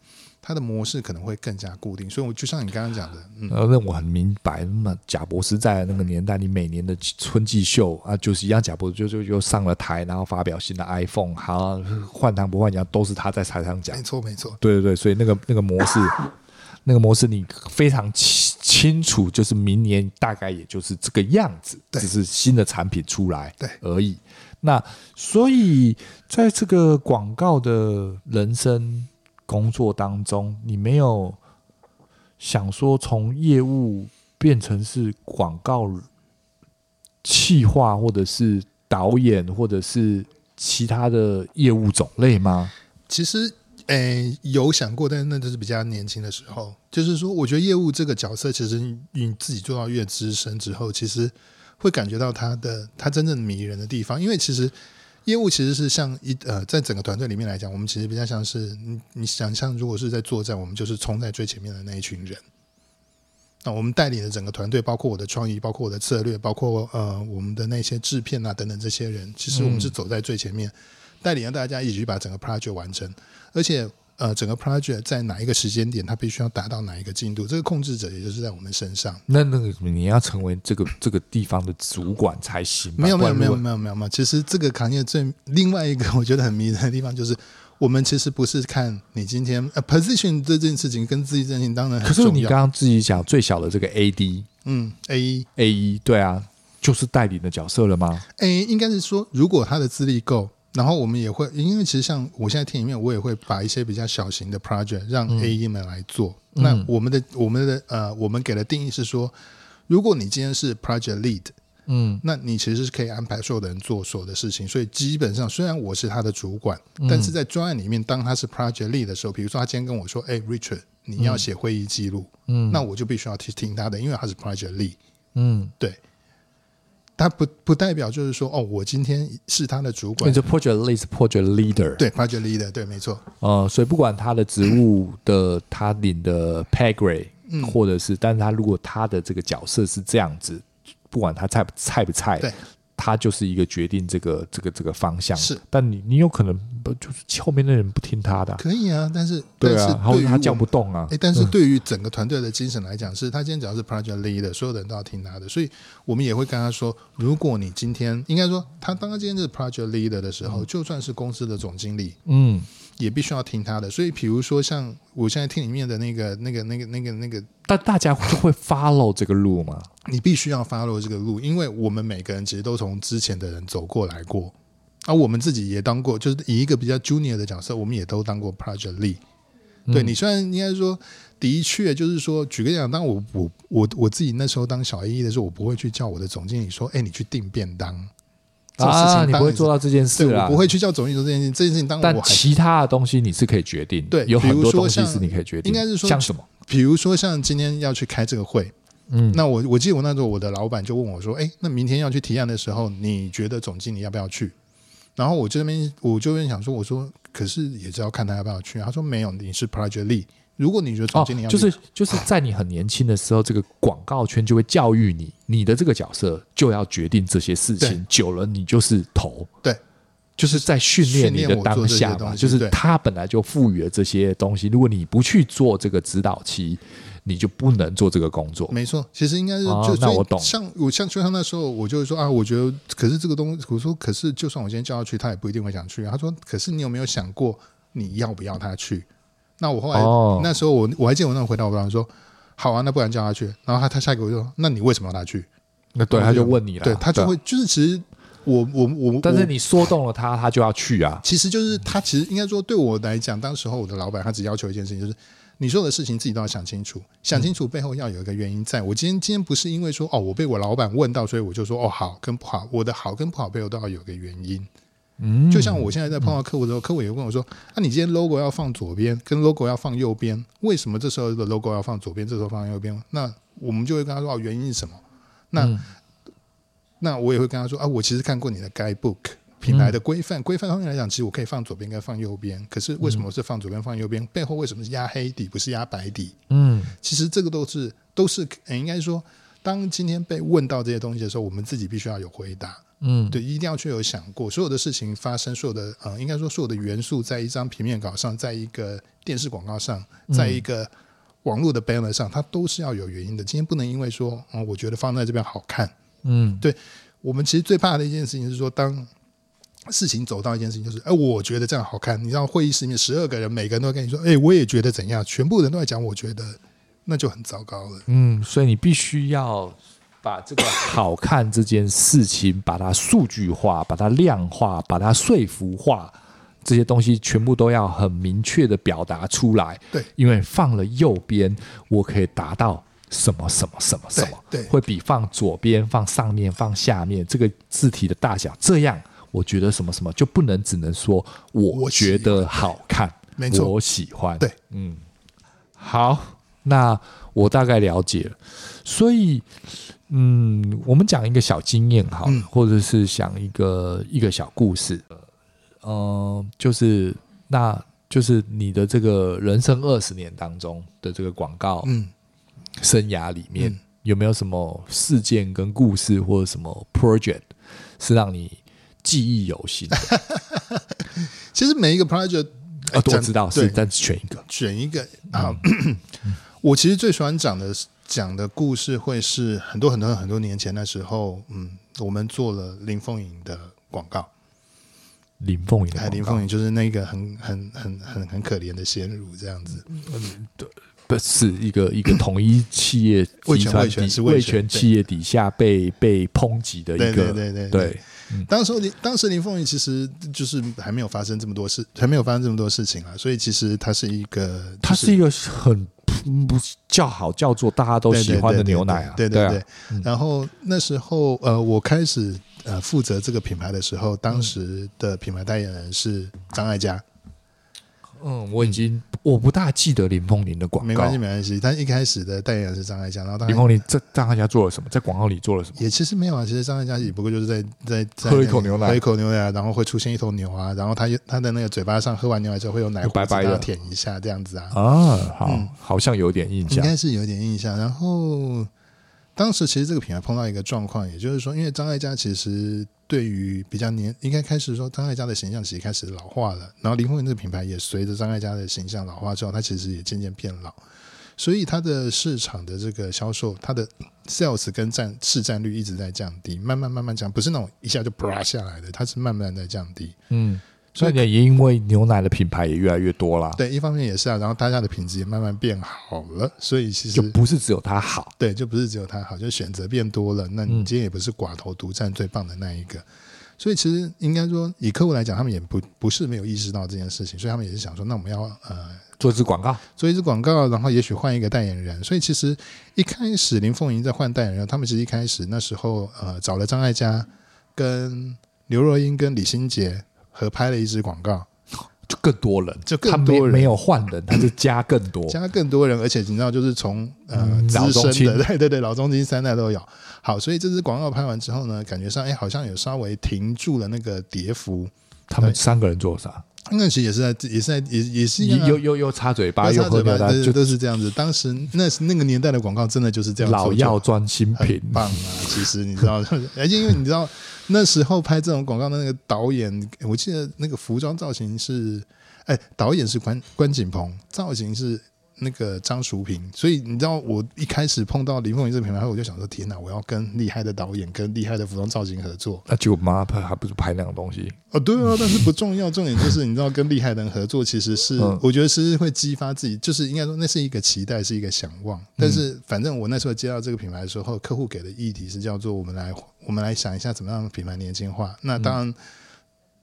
它的模式可能会更加固定。所以我就像你刚刚讲的，嗯，
呃，那我很明白。那贾博士在那个年代，你每年的春季秀啊，就是一样，贾博士就就就上了台，然后发表新的 iPhone，好换汤不换药，都是他在台上讲
没。错没错，
对对对，所以那个那个 模式，那个模式你非常清清楚，就是明年大概也就是这个样子，
对
只是新的产品出来
对
而已。那所以在这个广告的人生工作当中，你没有想说从业务变成是广告企划，或者是导演，或者是其他的业务种类吗？
其实。诶，有想过，但是那就是比较年轻的时候。就是说，我觉得业务这个角色，其实你你自己做到越资深之后，其实会感觉到它的它真正迷人的地方。因为其实业务其实是像一呃，在整个团队里面来讲，我们其实比较像是你你想象，如果是在作战，我们就是冲在最前面的那一群人。那我们带领的整个团队，包括我的创意，包括我的策略，包括呃我们的那些制片啊等等这些人，其实我们是走在最前面，带领着大家一起去把整个 project 完成。而且呃，整个 project 在哪一个时间点，它必须要达到哪一个进度，这个控制者也就是在我们身上。
那那个你要成为这个这个地方的主管才行吧，
没有没有
不
没
然
有
如果
没有没有没有，其实这个行业最另外一个我觉得很迷人的地方就是，我们其实不是看你今天呃 position 这件事情跟自己这件事情当然
可
很
是
重
你
要，
刚刚自己讲最小的这个 AD
嗯，A
A 一，对啊，就是代理的角色了吗？
A 应该是说，如果他的资历够。然后我们也会，因为其实像我现在听里面，我也会把一些比较小型的 project 让
嗯
A E 们来做。那我们的我们的呃，我们给的定义是说，如果你今天是 project lead，
嗯，
那你其实是可以安排所有的人做所有的事情，所以基本上虽然我是他的主管，
嗯
但是在专案里面，当他是 project lead 的时候，比如说他今天跟我说：“哎、r i c h a r d 你要写会议记录。
嗯
那我就必须要听听他的，因为他是 project lead。
嗯，
他不不代表就是说哦，我今天是他的主
那
管，
就 project lead 是 project leader，，
对 project leader，对，没错，
呃，所以不管他的职务的他领的 pay grade，
嗯
或者是，但是他如果他的这个角色是这样子，不管他菜不菜不菜，
对，
他就是一个决定这个这个这个方向。
是，
但你你有可能不就是后面的人不听他的啊、
可以啊。但是，
对
但是
啊，或
对
者
于
他叫
我
不动啊
哎、，但是对于整个团队的精神来讲，是他今天只要是 project leader，所有的人都要听他的，所以我们也会跟他说，如果你今天应该说他当他今天是 project leader 的时候，就算是公司的总经理，
嗯
也必须要听他的。所以比如说像我现在听里面的那个、那个、那个、那个、那个，
但大家就会 follow 这个路嘛，
你必须要 follow 这个路，因为我们每个人其实都从之前的人走过来过。啊，我们自己也当过，就是以一个比较 junior 的角色，我们也都当过 project lead。对
嗯
你虽然应该说，的确就是说，举个例讲，当我我我我自己那时候当小 A E 的时候，我不会去叫我的总经理说，哎、你去订便当。这种事情
啊，你
当
不会
然
做到这件
是
事
对，
啊，
我不会。去叫总经理做这件事情。这件事情当然
但
我还
其他的东西你是可以决定，
对
有很
比
多
如说
东西
像
是你可以决定，
应该是说
像什么，
比如说像今天要去开这个会，
嗯，
那我我记得我那时候我的老板就问我说，哎、那明天要去提案的时候，你觉得总经理要不要去？然后我这边我就边想说，我说可是也是要看他要不要去啊。他说没有，你是 project lead，如果你觉得总
哦
经理，要去、
就是就是在你很年轻的时候，这个广告圈就会教育你，你的这个角色就要决定这些事情
对，
久了你就是头，
对，
就是在训练你
训
的
练我
当
做这些
下
东
嘛，
西
就是
对
他本来就赋予了这些东西，如果你不去做这个指导期，你就不能做这个工作。
没错，其实应该是就、
哦
所以
那我懂
像我像就像那时候，我就说啊，我觉得可是这个东西，我说可是就算我今天叫他去，他也不一定会想去。啊他说，可是你有没有想过你要不要他去？那我后来、
哦
那时候我我还记得我那个回答我爸爸说，好啊，那不然叫他去。然后他他下一个我就说，那你为什么要他去？
那对，
我
他
就
就问你了，
对他就
啊
会就是其实我我我，
但
我
是你说动了他，他就要去啊。
其实就是他其实应该说对我来讲，当时候我的老板他只要求一件事情，就是你所有的事情自己都要想清楚，想清楚背后要有一个原因在。我今天今天不是因为说哦，我被我老板问到，所以我就说哦好跟不好，我的好跟不好背后都要有个原因。
嗯，
就像我现在在碰到客户的时候，客户也问我说：“那、你今天 logo 要放左边，跟 logo 要放右边，为什么这时候的 logo 要放左边，这时候放右边？”那我们就会跟他说：“哦，原因是什么？”那、
嗯
那我也会跟他说：“啊，我其实看过你的 guide book 品牌的规范，规范方面来讲，其实我可以放左边跟放右边，可是为什么是放左边放右边？背后为什么是压黑底不是压白底？
嗯
其实这个都是都是，呃应该说，当今天被问到这些东西的时候，我们自己必须要有回答。
嗯，
对，一定要去有想过，所有的事情发生，所有的呃，应该说所有的元素，在一张平面稿上，在一个电视广告上，在一个网络的 banner 上，它都是要有原因的。今天不能因为说，哦、我觉得放在这边好看。
嗯
我们其实最怕的一件事情是说，当事情走到一件事情，就是，哎、我觉得这样好看。你知道会议室里面十二个人，每个人都会跟你说，哎、我也觉得怎样，全部人都在讲，我觉得那就很糟糕了。
嗯，所以你必须要把这个好看这件事情，把它数据化，把它量化，把它说服化，这些东西全部都要很明确的表达出来。
对，
因为放了右边，我可以达到什么什么什么什么，
对对
会比放左边、放上面、放下面这个字体的大小，这样我觉得什么什么就不能只能说我
我喜
觉
欢
得好看，
没错
我喜欢，
对，
嗯，好，那我大概了解了，所以。嗯，我们讲一个小经验好了，
嗯
或者是讲一个一个小故事。呃，就是那就是你的这个人生二十年当中的这个广告
嗯，
生涯里面，
嗯
有没有什么事件跟故事或者什么 project 是让你记忆犹新 的？
其实每一个 project，
呃，我
讲
知道
对
是，嗯但是选一个。
选一个啊、我其实最喜欢讲的讲的故事会是很多很多很多年前那时候，嗯，我们做了林凤营的广告，
林凤营的
哎，
广告，
林凤营就是那个很很很很很可怜的鲜乳这样子，
不是一个一个统一企业
味
集
全
团
味全
底
是味
味
全
全
对
企业底下被被抨击的一
对
个
对对对
对。
当时候林当时林凤营其实就是还没有发生这么多事，还没有发生这么多事情啊，所以其实它是一个，
它
就是
一个很嗯不叫好叫做大家都喜欢的牛奶啊，
对
对
对
啊
对。然后那时候呃，我开始呃负责这个品牌的时候，当时的品牌代言人是张艾嘉，
嗯，我已经我不大记得林凤玲的广
没
告
关系，没关系。但一开始的代言人是张艾嘉，然后当
林
然
凤玲这让大家做了什么，在广告里做了什么？
也其实没有啊，其实张艾嘉也不过就是在在在
喝一口牛奶
喝一口牛奶，啊然后会出现一头牛啊，然后他他的那个嘴巴上喝完牛奶之后会有奶
有
胡
白
子
白的
然后舔一下这样子啊，
啊，好，
嗯
好像有点印
应
象。
该是有点印象。然后当时其实这个品牌碰到一个状况，也就是说，因为张艾嘉其实对于比较年，应该开始说张艾嘉的形象其实开始老化了，然后林凤营这个品牌也随着张艾嘉的形象老化之后，它其实也渐渐变老。所以它的市场的这个销售，它的 sales 跟占市占率一直在降低，慢慢慢慢降，不是那种一下就啪下来的，它是慢慢在降低。
嗯，所以也因为牛奶的品牌也越来越多啦，
对，一方面也是啊，然后大家的品质也慢慢变好了，所以其实
就不是只有它好。
对，就不是只有他好，就选择变多了。那你
嗯
今天也不是寡头独占最棒的那一个，所以其实应该说，以客户来讲，他们也不不是没有意识到这件事情，所以他们也是想说，那我们要呃
做一支广告，
做一支广告，然后也许换一个代言人。所以其实一开始林凤营在换代言人，他们其实一开始那时候呃找了张艾嘉、跟刘若英、跟李心洁合拍了一支广告，
就更多人，
就更
它没
多人
没有换人，它就加更多。
加更多人，而且你知道，就是从呃
嗯
资
老中
深
青
的，对对对，老中青三代都有。好，所以这支广告拍完之后呢，感觉上哎，好像有稍微停住了那个跌幅。
他们三个人做啥？
那其实也是在也是在也也是一样啊
又又又擦嘴巴，
要
又
插
喝
嘴
牛
巴，
奶，
对
就
都是这样子。当时那那个年代的广告真的就是这样，
老药专新
很
品。
棒啊！其实你知道，而且因为你知道那时候拍这种广告的那个导演，我记得那个服装造型是，哎，导演是关关锦鹏，造型是那个张淑平。所以你知道，我一开始碰到林凤仪这个品牌后，我就想说，天哪，我要跟厉害的导演、跟厉害的服装造型合作。
那结果妈拍还不是拍那种东西？
哦，对啊，但是不重要，重点就是你知道，跟厉害的人合作，其实是、
嗯
我觉得是会激发自己，就是应该说那是一个期待，是一个想望。但是反正我那时候接到这个品牌的时候，客户给的议题是叫做我们来我们来想一下怎么样品牌年轻化。那当然，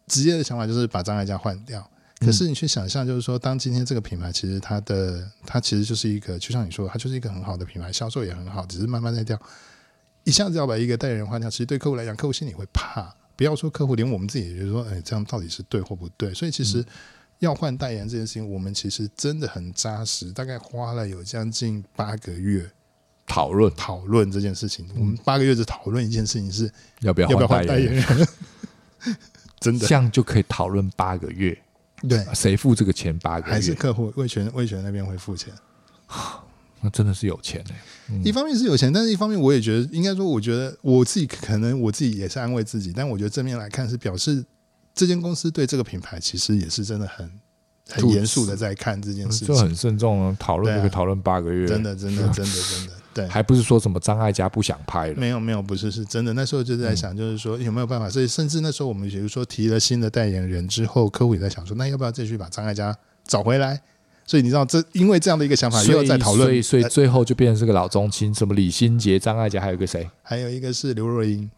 直接的想法就是把张艾嘉换掉。可是你去想象，就是说，当今天这个品牌其实它的它其实就是一个，就像你说的，它就是一个很好的品牌，销售也很好，只是慢慢在掉。一下子要把一个代言人换掉，其实对客户来讲，客户心里会怕。不要说客户，连我们自己也觉得说，哎，这样到底是对或不对？所以其实要换代言这件事情，我们其实真的很扎实，大概花了有将近八个月
讨论
讨论这件事情。我们八个月只讨论一件事情是
要不要
要不要嗯换
换
代言
人，
人， 真的
这样就可以讨论八个月，
对，
谁付这个钱八个
还是
月？
客户魏权魏权那边会付钱。
那真的是有钱哎。
一方面是有钱，但是一方面我也觉得，应该说，我觉得我自己可能我自己也是安慰自己，但我觉得正面来看是表示这间公司对这个品牌其实也是真的很很
注
严肃的在看这件事
这嗯
情，
很慎重啊，讨论
对啊
这个讨论八个月，
真的真的真的真的对。
还不是说什么张艾嘉不想拍了，
没有没有，不是是真的。那时候就
嗯
在想，就是说有没有办法？所以甚至那时候我们比如说提了新的代言人之后，客户也在想说，那要不要再去把张艾嘉找回来？所以你知道这，因为这样的一个想法又
所
要
以
再讨论呃
所以。所以最后就变成是个老中青，什么李心洁、张艾嘉，还有一个谁？
还有一个是刘若英，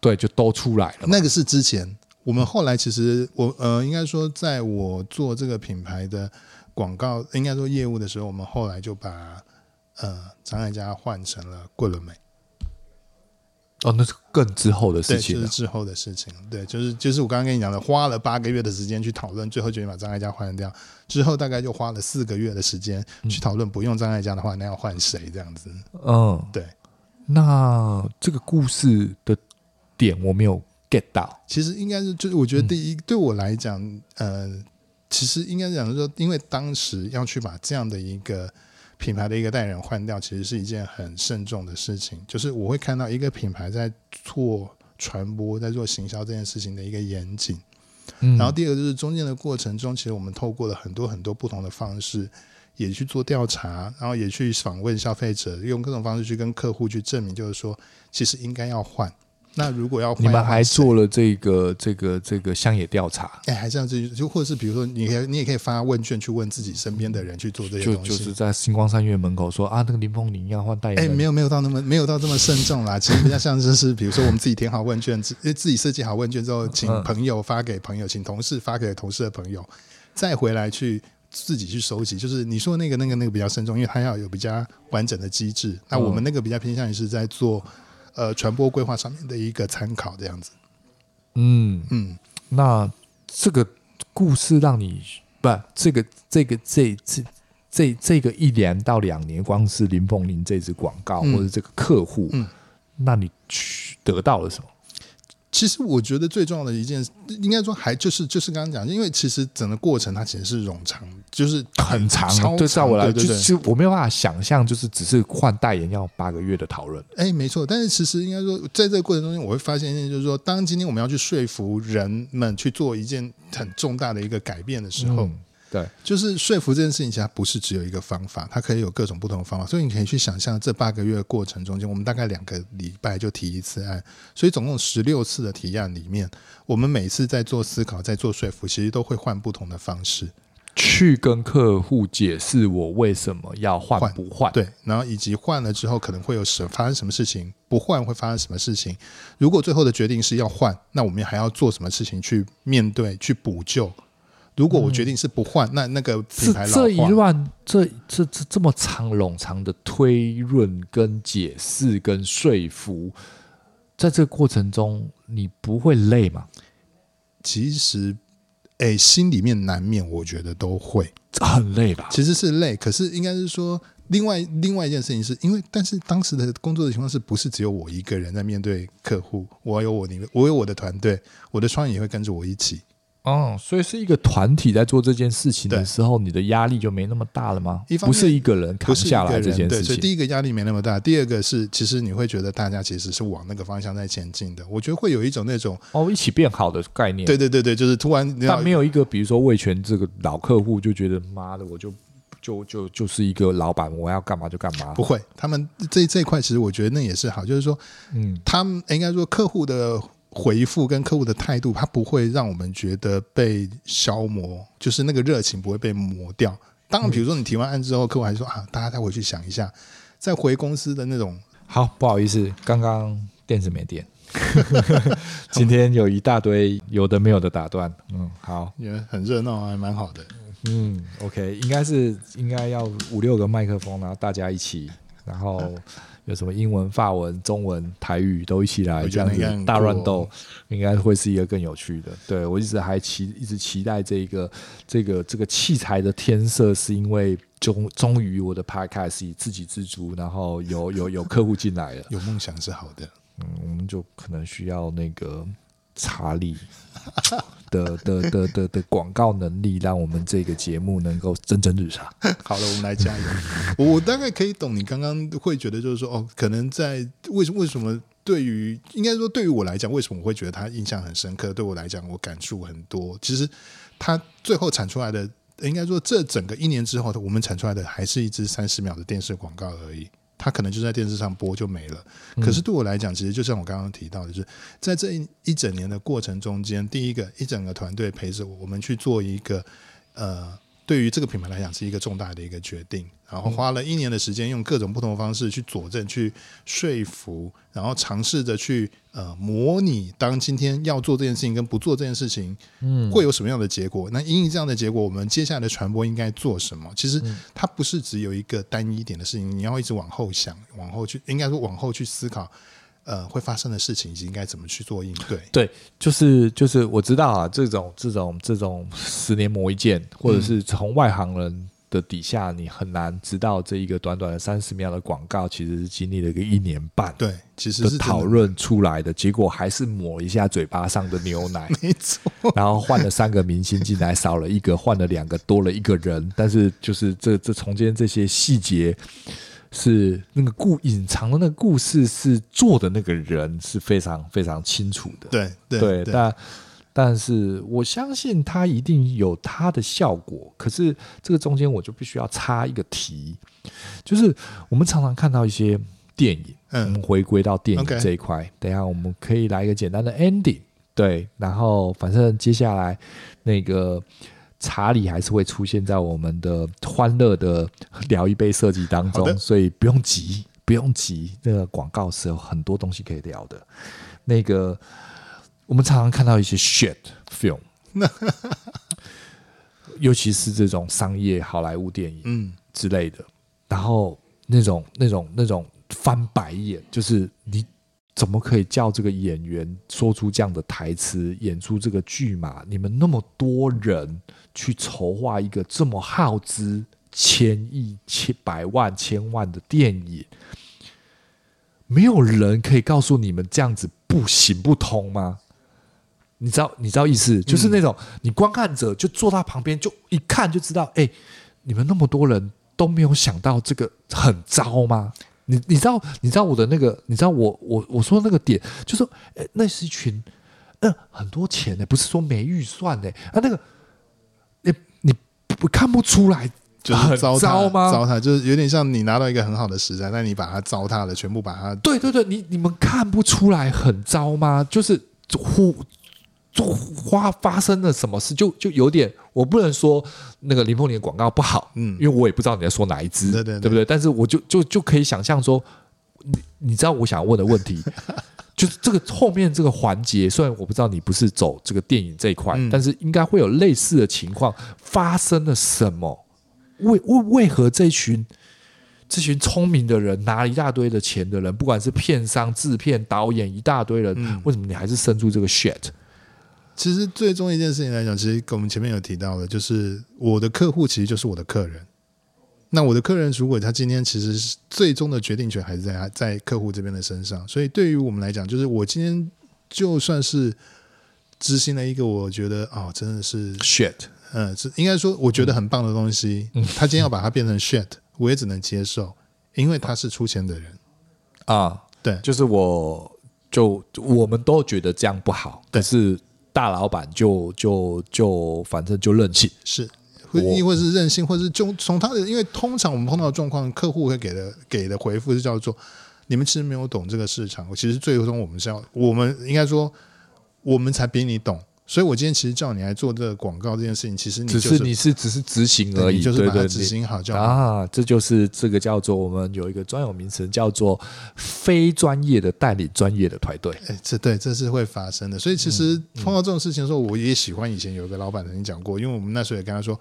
对，就都出来了嘛。
那个是之前，我们后来其实我呃，应该说，在我做这个品牌的广告，应该说业务的时候，我们后来就把呃张艾嘉换成了桂纶镁，
哦，那是更之后的事
对，就
情啊
是
了。
之后的事情，对，就是就是我刚刚跟你讲的，花了八个月的时间去讨论，最后决定把张艾嘉换掉，之后大概就花了四个月的时间去讨论，不用张艾嘉的话，那要换谁这样子？
嗯，
对。
那这个故事的点我没有 get 到，
其实应该是，就是我觉得
嗯
第一、对我来讲，呃，其实应该讲是说，因为当时要去把这样的一个品牌的一个代言人换掉，其实是一件很慎重的事情。就是我会看到一个品牌在做传播、在做行销这件事情的一个严谨，
嗯，
然后第二个就是中间的过程中，其实我们透过了很多很多不同的方式，也去做调查，然后也去访问消费者，用各种方式去跟客户去证明，就是说其实应该要换。那如果要换，
你们还
要换谁
做了这个这个这个乡野调查，
哎，还是要自己，就或者是比如说，你可以你也可以发问卷去问自己身边的人去做这些
就
东西。
就是在星光三月门口说啊，那个林凤玲要换代言
哎、
人，
没有没有到那么没有到这么慎重啦，其实比较像就是比如说我们自己填好问卷，自呃自己设计好问卷之后，请
嗯
朋友发给朋友，请同事发给同事的朋友，再回来去自己去收集，就是你说的那个那个那个比较慎重，因为它要有比较完整的机制。那
嗯
我们那个比较偏向于是在做呃传播规划上面的一个参考，这样子。
嗯，
嗯，
那这个故事让你不，这个这个这这这这个一年到两年，光是林凤玲这支广告、
嗯
或者这个客户，
嗯
那你去得到了什么？
其实我觉得最重要的一件，应该说还就是就是刚刚讲，因为其实整个过程它其实是冗长，就是
很长
哎
啊
超，
对，在我来，
对
就
对对
是我没有办法想象，就是只是换代言要八个月的讨论。
哎，没错，但是其实应该说，在这个过程中间，我会发现一件，就是说，当今天我们要去说服人们去做一件很重大的一个改变的时候，
嗯对，
就是说服这件事情，其实它不是只有一个方法，它可以有各种不同的方法。所以你可以去想象，这八个月的过程中间，我们大概两个礼拜就提一次案，所以总共十六次的提案里面，我们每次在做思考、在做说服，其实都会换不同的方式。
去跟客户解释我为什么要换
换
不换。
对，然后以及换了之后可能会有什发生什么事情，不换会发生什么事情。如果最后的决定是要换，那我们还要做什么事情去面对、去补救？如果我决定是不换，那那个
是
品牌老
这一
化，
乱，这这这这么长冗长的推论、跟解释、跟说服，在这个过程中，你不会累吗？
其实，哎，心里面难免我觉得都会，
很累吧？
其实是累，可是应该是说。另外，另外一件事情是因为，但是当时的工作的情况是不是只有我一个人在面对客户？我有我，你我有我的团队，我的创意也会跟着我一起。
嗯，所以是一个团体在做这件事情的
对
时候，你的压力就没那么大了吗
一？方
不
面
是一个人扛
不是一
下
个
来
人
这件
对，
事
所以
情。
第一个压力没那么大，第二个是其实你会觉得大家其实是往那个方向在前进的。我觉得会有一种那种，
哦，一起变好的概念。
对对对对，就是突然你要
但没有一个，比如说魏权这个老客户就觉得，妈的，我就就就就是一个老板，我要干嘛就干嘛
不。会，他们这这一块其实我觉得那也是好，就是说
嗯，
他们应该说客户的回复跟客户的态度，它不会让我们觉得被消磨，就是那个热情不会被磨掉。当然，比如说你提完案之后，客户还说啊，大家再回去想一下，再回公司的那种
好，不好意思，刚刚电池没电。 今天有一大堆有的没有的打断。嗯，好，
也很热闹啊，还蛮好的。
嗯，OK，应该是应该要五六个麦克风，然后大家一起，然后有什么英文、法文、中文、台语都一起来，
我
这
觉
样
得应该
子
很
大
酷
乱
哦
斗，应该会是一个更有趣的。对我一直还期一直期待这一个这个这个器材的天色，是因为终终于我的 Podcast 以自给自足，然后有有有客户进来了。
有梦想是好的。
嗯，我们就可能需要那个查理的的的的的广告能力，让我们这个节目能够蒸蒸日上。
好了，我们来加油。 我我大概可以懂你刚刚会觉得，就是说，哦，可能在为什为什么对于应该说对于我来讲，为什么我会觉得他印象很深刻？对我来讲，我感触很多。其实他最后产出来的，应该说这整个一年之后，我们产出来的还是一支三十秒的电视广告而已。它可能就在电视上播就没了。可是对我来讲，其实就像我刚刚提到的，就是在这一一整年的过程中间，第一个一整个团队陪着我，我们去做一个呃，对于这个品牌来讲是一个重大的一个决定。然后花了一年的时间，用各种不同的方式去佐证、去说服，然后尝试着去呃模拟，当今天要做这件事情跟不做这件事情，嗯，会有什么样的结果？那因应这样的结果，我们接下来的传播应该做什么？其实
嗯
它不是只有一个单一点的事情，你要一直往后想，往后去，应该说往后去思考，呃，会发生的事情以及应该怎么去做应对。
对，就是就是我知道啊，这种这种这种十年磨一剑，或者是从外行人的底下，你很难知道这一个短短的三十秒的广告，其实是经历了一个一年半。
对，其实
的
是
讨，论出来的结果还是抹一下嘴巴上的牛 奶，
没错。
然后换了三个明星进来，少了一个，换了两个，多了一个人，但是就是这这中间这些细节。是那个故隐藏的那个故事，是做的那个人是非常非常清楚的。
对对
对，
对
但但是我相信它一定有它的效果。可是这个中间我就必须要插一个题，就是我们常常看到一些电影，我
嗯
们，回归到电影
OK
这一块。等一下我们可以来一个简单的 ending，对，然后反正接下来那个。查理还是会出现在我们的欢乐的 聊一杯设计当
好
中，
的
所以不用急，不用急。那个广告是有很多东西可以聊的。那个我们常常看到一些 shit film，尤其是这种商业好莱坞电影
嗯，
之类的，然后那种那种那种翻白眼，就是你怎么可以叫这个演员说出这样的台词，演出这个剧嘛？你们那么多人去筹划一个这么耗资千亿、千百万、千万的电影，没有人可以告诉你们这样子不行不通吗？你知道，你知道意思，就是那种、你观看者就坐到旁边，就一看就知道，哎、你们那么多人都没有想到这个很糟吗？你你知道你知道我的那个，你知道我我我说的那个点，就是说、哎，那是一群，嗯、很多钱呢、不是说没预算呢、啊，那个，你你不看不出来
就是
很
糟
糟
蹋
吗？
糟蹋就是有点像你拿到一个很好的食材，但你把它糟蹋了，全部把它
对对对，你你们看不出来很糟吗？就是忽就花发生了什么事，就就有点，我不能说那个林凤莲广告不好，
嗯
因为我也不知道你在说哪一支，
对对对
不对？但是我就就就可以想象说，你你知道我想问的问题。 就是这个后面这个环节，虽然我不知道你不是走这个电影这一块，
嗯
但是应该会有类似的情况发生了什么？为为为何这群这群聪明的人拿一大堆的钱的人，不管是片商、制片、导演一大堆人，
嗯
为什么你还是生出这个 shit？
其实最终一件事情来讲，其实我们前面有提到的，就是我的客户其实就是我的客人。那我的客人如果他今天其实是最终的决定权还是在他在客户这边的身上，所以对于我们来讲，就是我今天就算是执行了一个我觉得哦，真的是
shit，
嗯，是应该说我觉得很棒的东西，
嗯
他今天要把它变成 shit，我也只能接受，因为他是出钱的人。
啊，
对
就是我就我们都觉得这样不好，
对
可是大老板就就就反正就任性，
是，或
我
或是任性，或是就从他的，因为通常我们碰到的状况，客户会给的给的回复是叫做你们其实没有懂这个市场，其实最终我们是要，我们应该说我们才比你懂，所以我今天其实叫你来做这个广告这件事情，其实你
只
就是
你是只是执行
对
而已，
你就是
对
把它
对
执
对。
行好就好。
啊，这就是这个叫做我们有一个专有名词叫做非专业的带领专业的团队。
哎，这对这是会发生的，所以其实碰到这种事情的时候，我也喜欢以前有一个老板曾经讲过，因为我们那时候也跟他说，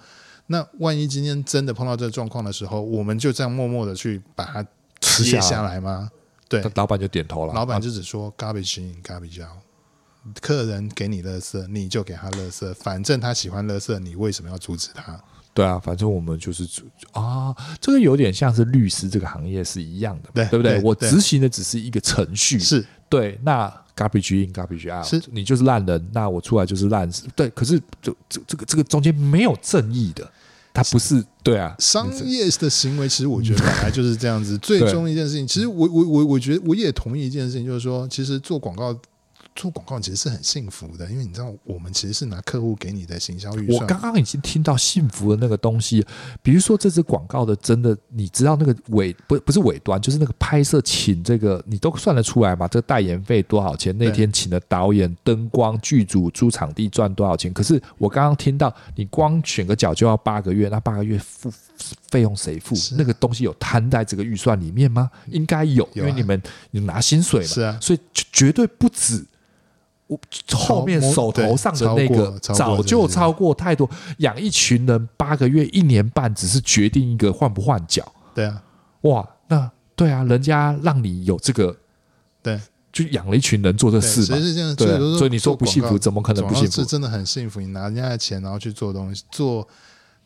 那万一今天真的碰到这个状况的时候，我们就这样默默的去把它
吃
接
下
下来吗？对，
那老板就点头了，
老板就只说 garbage in garbage out，客人给你垃圾，你就给他垃圾，反正他喜欢垃圾，你为什么要阻止他？
对啊，反正我们就是主啊，这个有点像是律师这个行业是一样的嘛，
对
不对？
对
我
对
执行的只是一个程序，
是
对。那 garbage in garbage out，
是
你就是烂人，那我出来就是烂事，对。可是这这这个这个中间没有正义的，它不是对啊，
商业的行为，其实我觉得本来就是这样子。最终一件事情，其实我我我我觉得我也同意一件事情，就是说，其实做广告。做广告其实是很幸福的，因为你知道，我们其实是拿客户给你的行销预
我
算，
刚刚已经听到幸福的那个东西，比如说这支广告的，真的你知道那个尾不不是尾端，就是那个拍摄请这个你都算得出来嘛？这个代言费多少钱？
对
那天请的导演、灯光、剧组、租场地赚多少钱？可是我刚刚听到你光选个角就要八个月，那八个月付费用谁付
是？
那个东西有摊在这个预算里面吗？应该有，因
有啊
为你们你们拿薪水嘛，
是啊
所以就绝对不止。我后面
超
手头上的那
对
个
超过超过
早就
这个
超过太多，养一群人八个月、一年半，只是决定一个换不换脚，
对啊，
哇，那对啊，人家让你有这个，
对，
就养了一群人做这
对，
事
其
嘛
实，是这样，
对啊
就是说
所以你说
做
不幸
广告
福，怎么可能
广
不
告
幸
是
福？
真的很幸福，你拿人家的钱，然后去做东西，做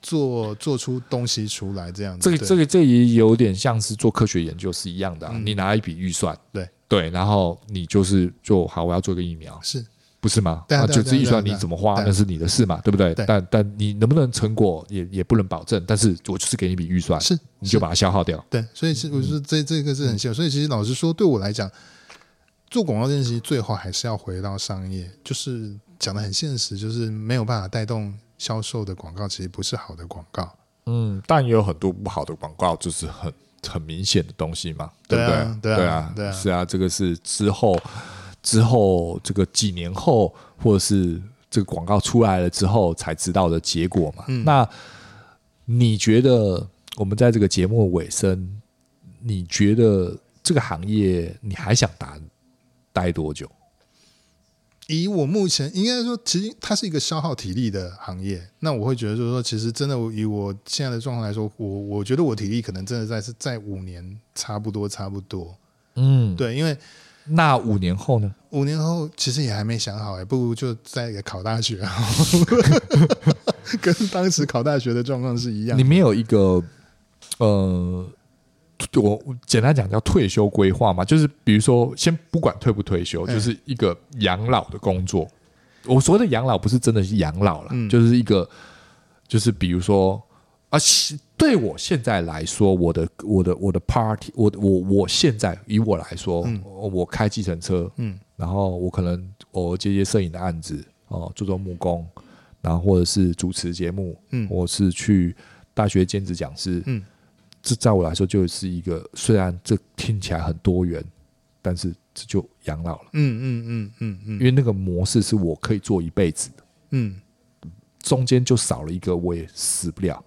做做出东西出来这样子。
这个
对
这个这也有点像是做科学研究是一样的啊、
嗯
你拿一笔预算，
对
对，然后你就是就好，我要做一个疫苗，
是
不是吗？
对啊
那
对啊
就
对
是
啊
预算
对啊
你
对啊
怎么花
对啊
那是你的事嘛，对不对？
对
但但你能不能成果也也不能保证，但是我就是给你一笔预算，
是，
你
是
就把它消耗掉。
对，所以是我说这这个是很幸福。所以其实老实说，对我来讲，做广告这件事情，最后还是要回到商业，就是讲的很现实，就是没有办法带动销售的广告，其实不是好的广告。
嗯，但也有很多不好的广告，就是很很明显的东西嘛，
对
不
啊
对？
对
对
啊对啊
是啊，这个是之后之后这个几年后，或者是这个广告出来了之后才知道的结果嘛。
嗯
那你觉得我们在这个节目尾声，你觉得这个行业你还想待待多久？
以我目前应该说，其实它是一个消耗体力的行业。那我会觉得就是说，其实真的以我现在的状况来说，我我觉得我体力可能真的在是在五年差不多差不多。
嗯，
对，因为
那五年后呢？
五年后其实也还没想好、哎，不如就再考大学好了， 跟当时考大学的状况是一样
你。没有一个呃，我我简单讲叫退休规划嘛，就是比如说，先不管退不退休，
哎
就是一个养老的工作。我所谓的养老，不是真的是养老了，
嗯
就是一个，就是比如说啊，是对我现在来说，我的我的我的 party，我我我现在以我来说，我开计程车，
嗯，
然后我可能偶尔接接摄影的案子，哦，做做木工，然后或者是主持节目，
嗯
我是去大学兼职讲师，
嗯，
这在我来说就是一个，虽然这听起来很多元，但是这就养老了，
嗯嗯嗯嗯
因为那个模式是我可以做一辈子的，
嗯
中间就少了一个，我也死不 了，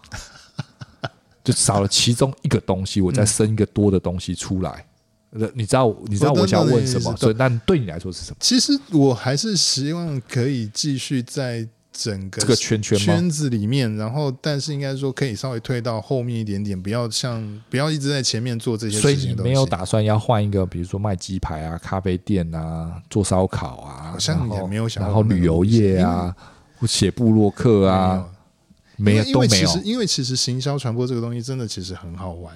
就少了其中一个东西，我再生一个多的东西出来。呃你知道，你知道
我懂
我想问什
你
么？
意思
所以，那对你来说是什么？
其实我还是希望可以继续在整个
这个圈圈吗？
圈子里面，然后但是应该说可以稍微退到后面一点点，不要像不要一直在前面做这些
所以
事情
你
的东西。
没有打算要换一个，比如说卖鸡排啊、咖啡店啊、做烧烤啊，
好像
然后
也没有想
然后
过那个
旅游业啊，或写部落客啊，
没
没有
有，嗯因
都
为因为
没
其
有
实因为其实行销传播这个东西真的其实很好玩，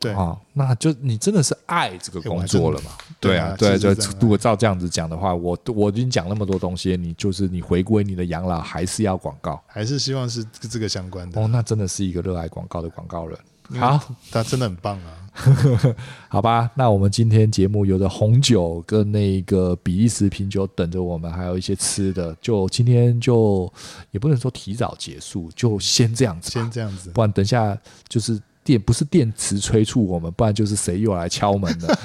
对
啊，那就你真的是爱这个
哎我
工
还
作
真
了嘛？
对
对
啊
对
是
对
是这样，啊
如果照这样子讲的话，我我已经讲那么多东西，你就是你回归你的养老还是要广告
还是希望是这个相关的。
哦，那真的是一个热爱广告的广告人。
嗯
好，
他真的很棒啊！
好吧，那我们今天节目有着红酒跟那个比利时品酒等着我们，还有一些吃的，就今天就也不能说提早结束，就先这样子吧
先，这样子，
不然等一下就是电不是电池催促我们，不然就是谁又来敲门 了。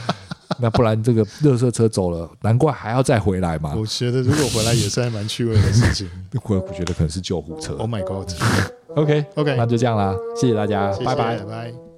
那不然这个热色车走了，难怪还要再回来嘛。
我觉得如果回来也是还蛮趣味的事情。
我我觉得可能是救护车。
Oh my god！
OK
OK
那就这样啦，谢谢大家，
谢谢
拜拜
拜。拜。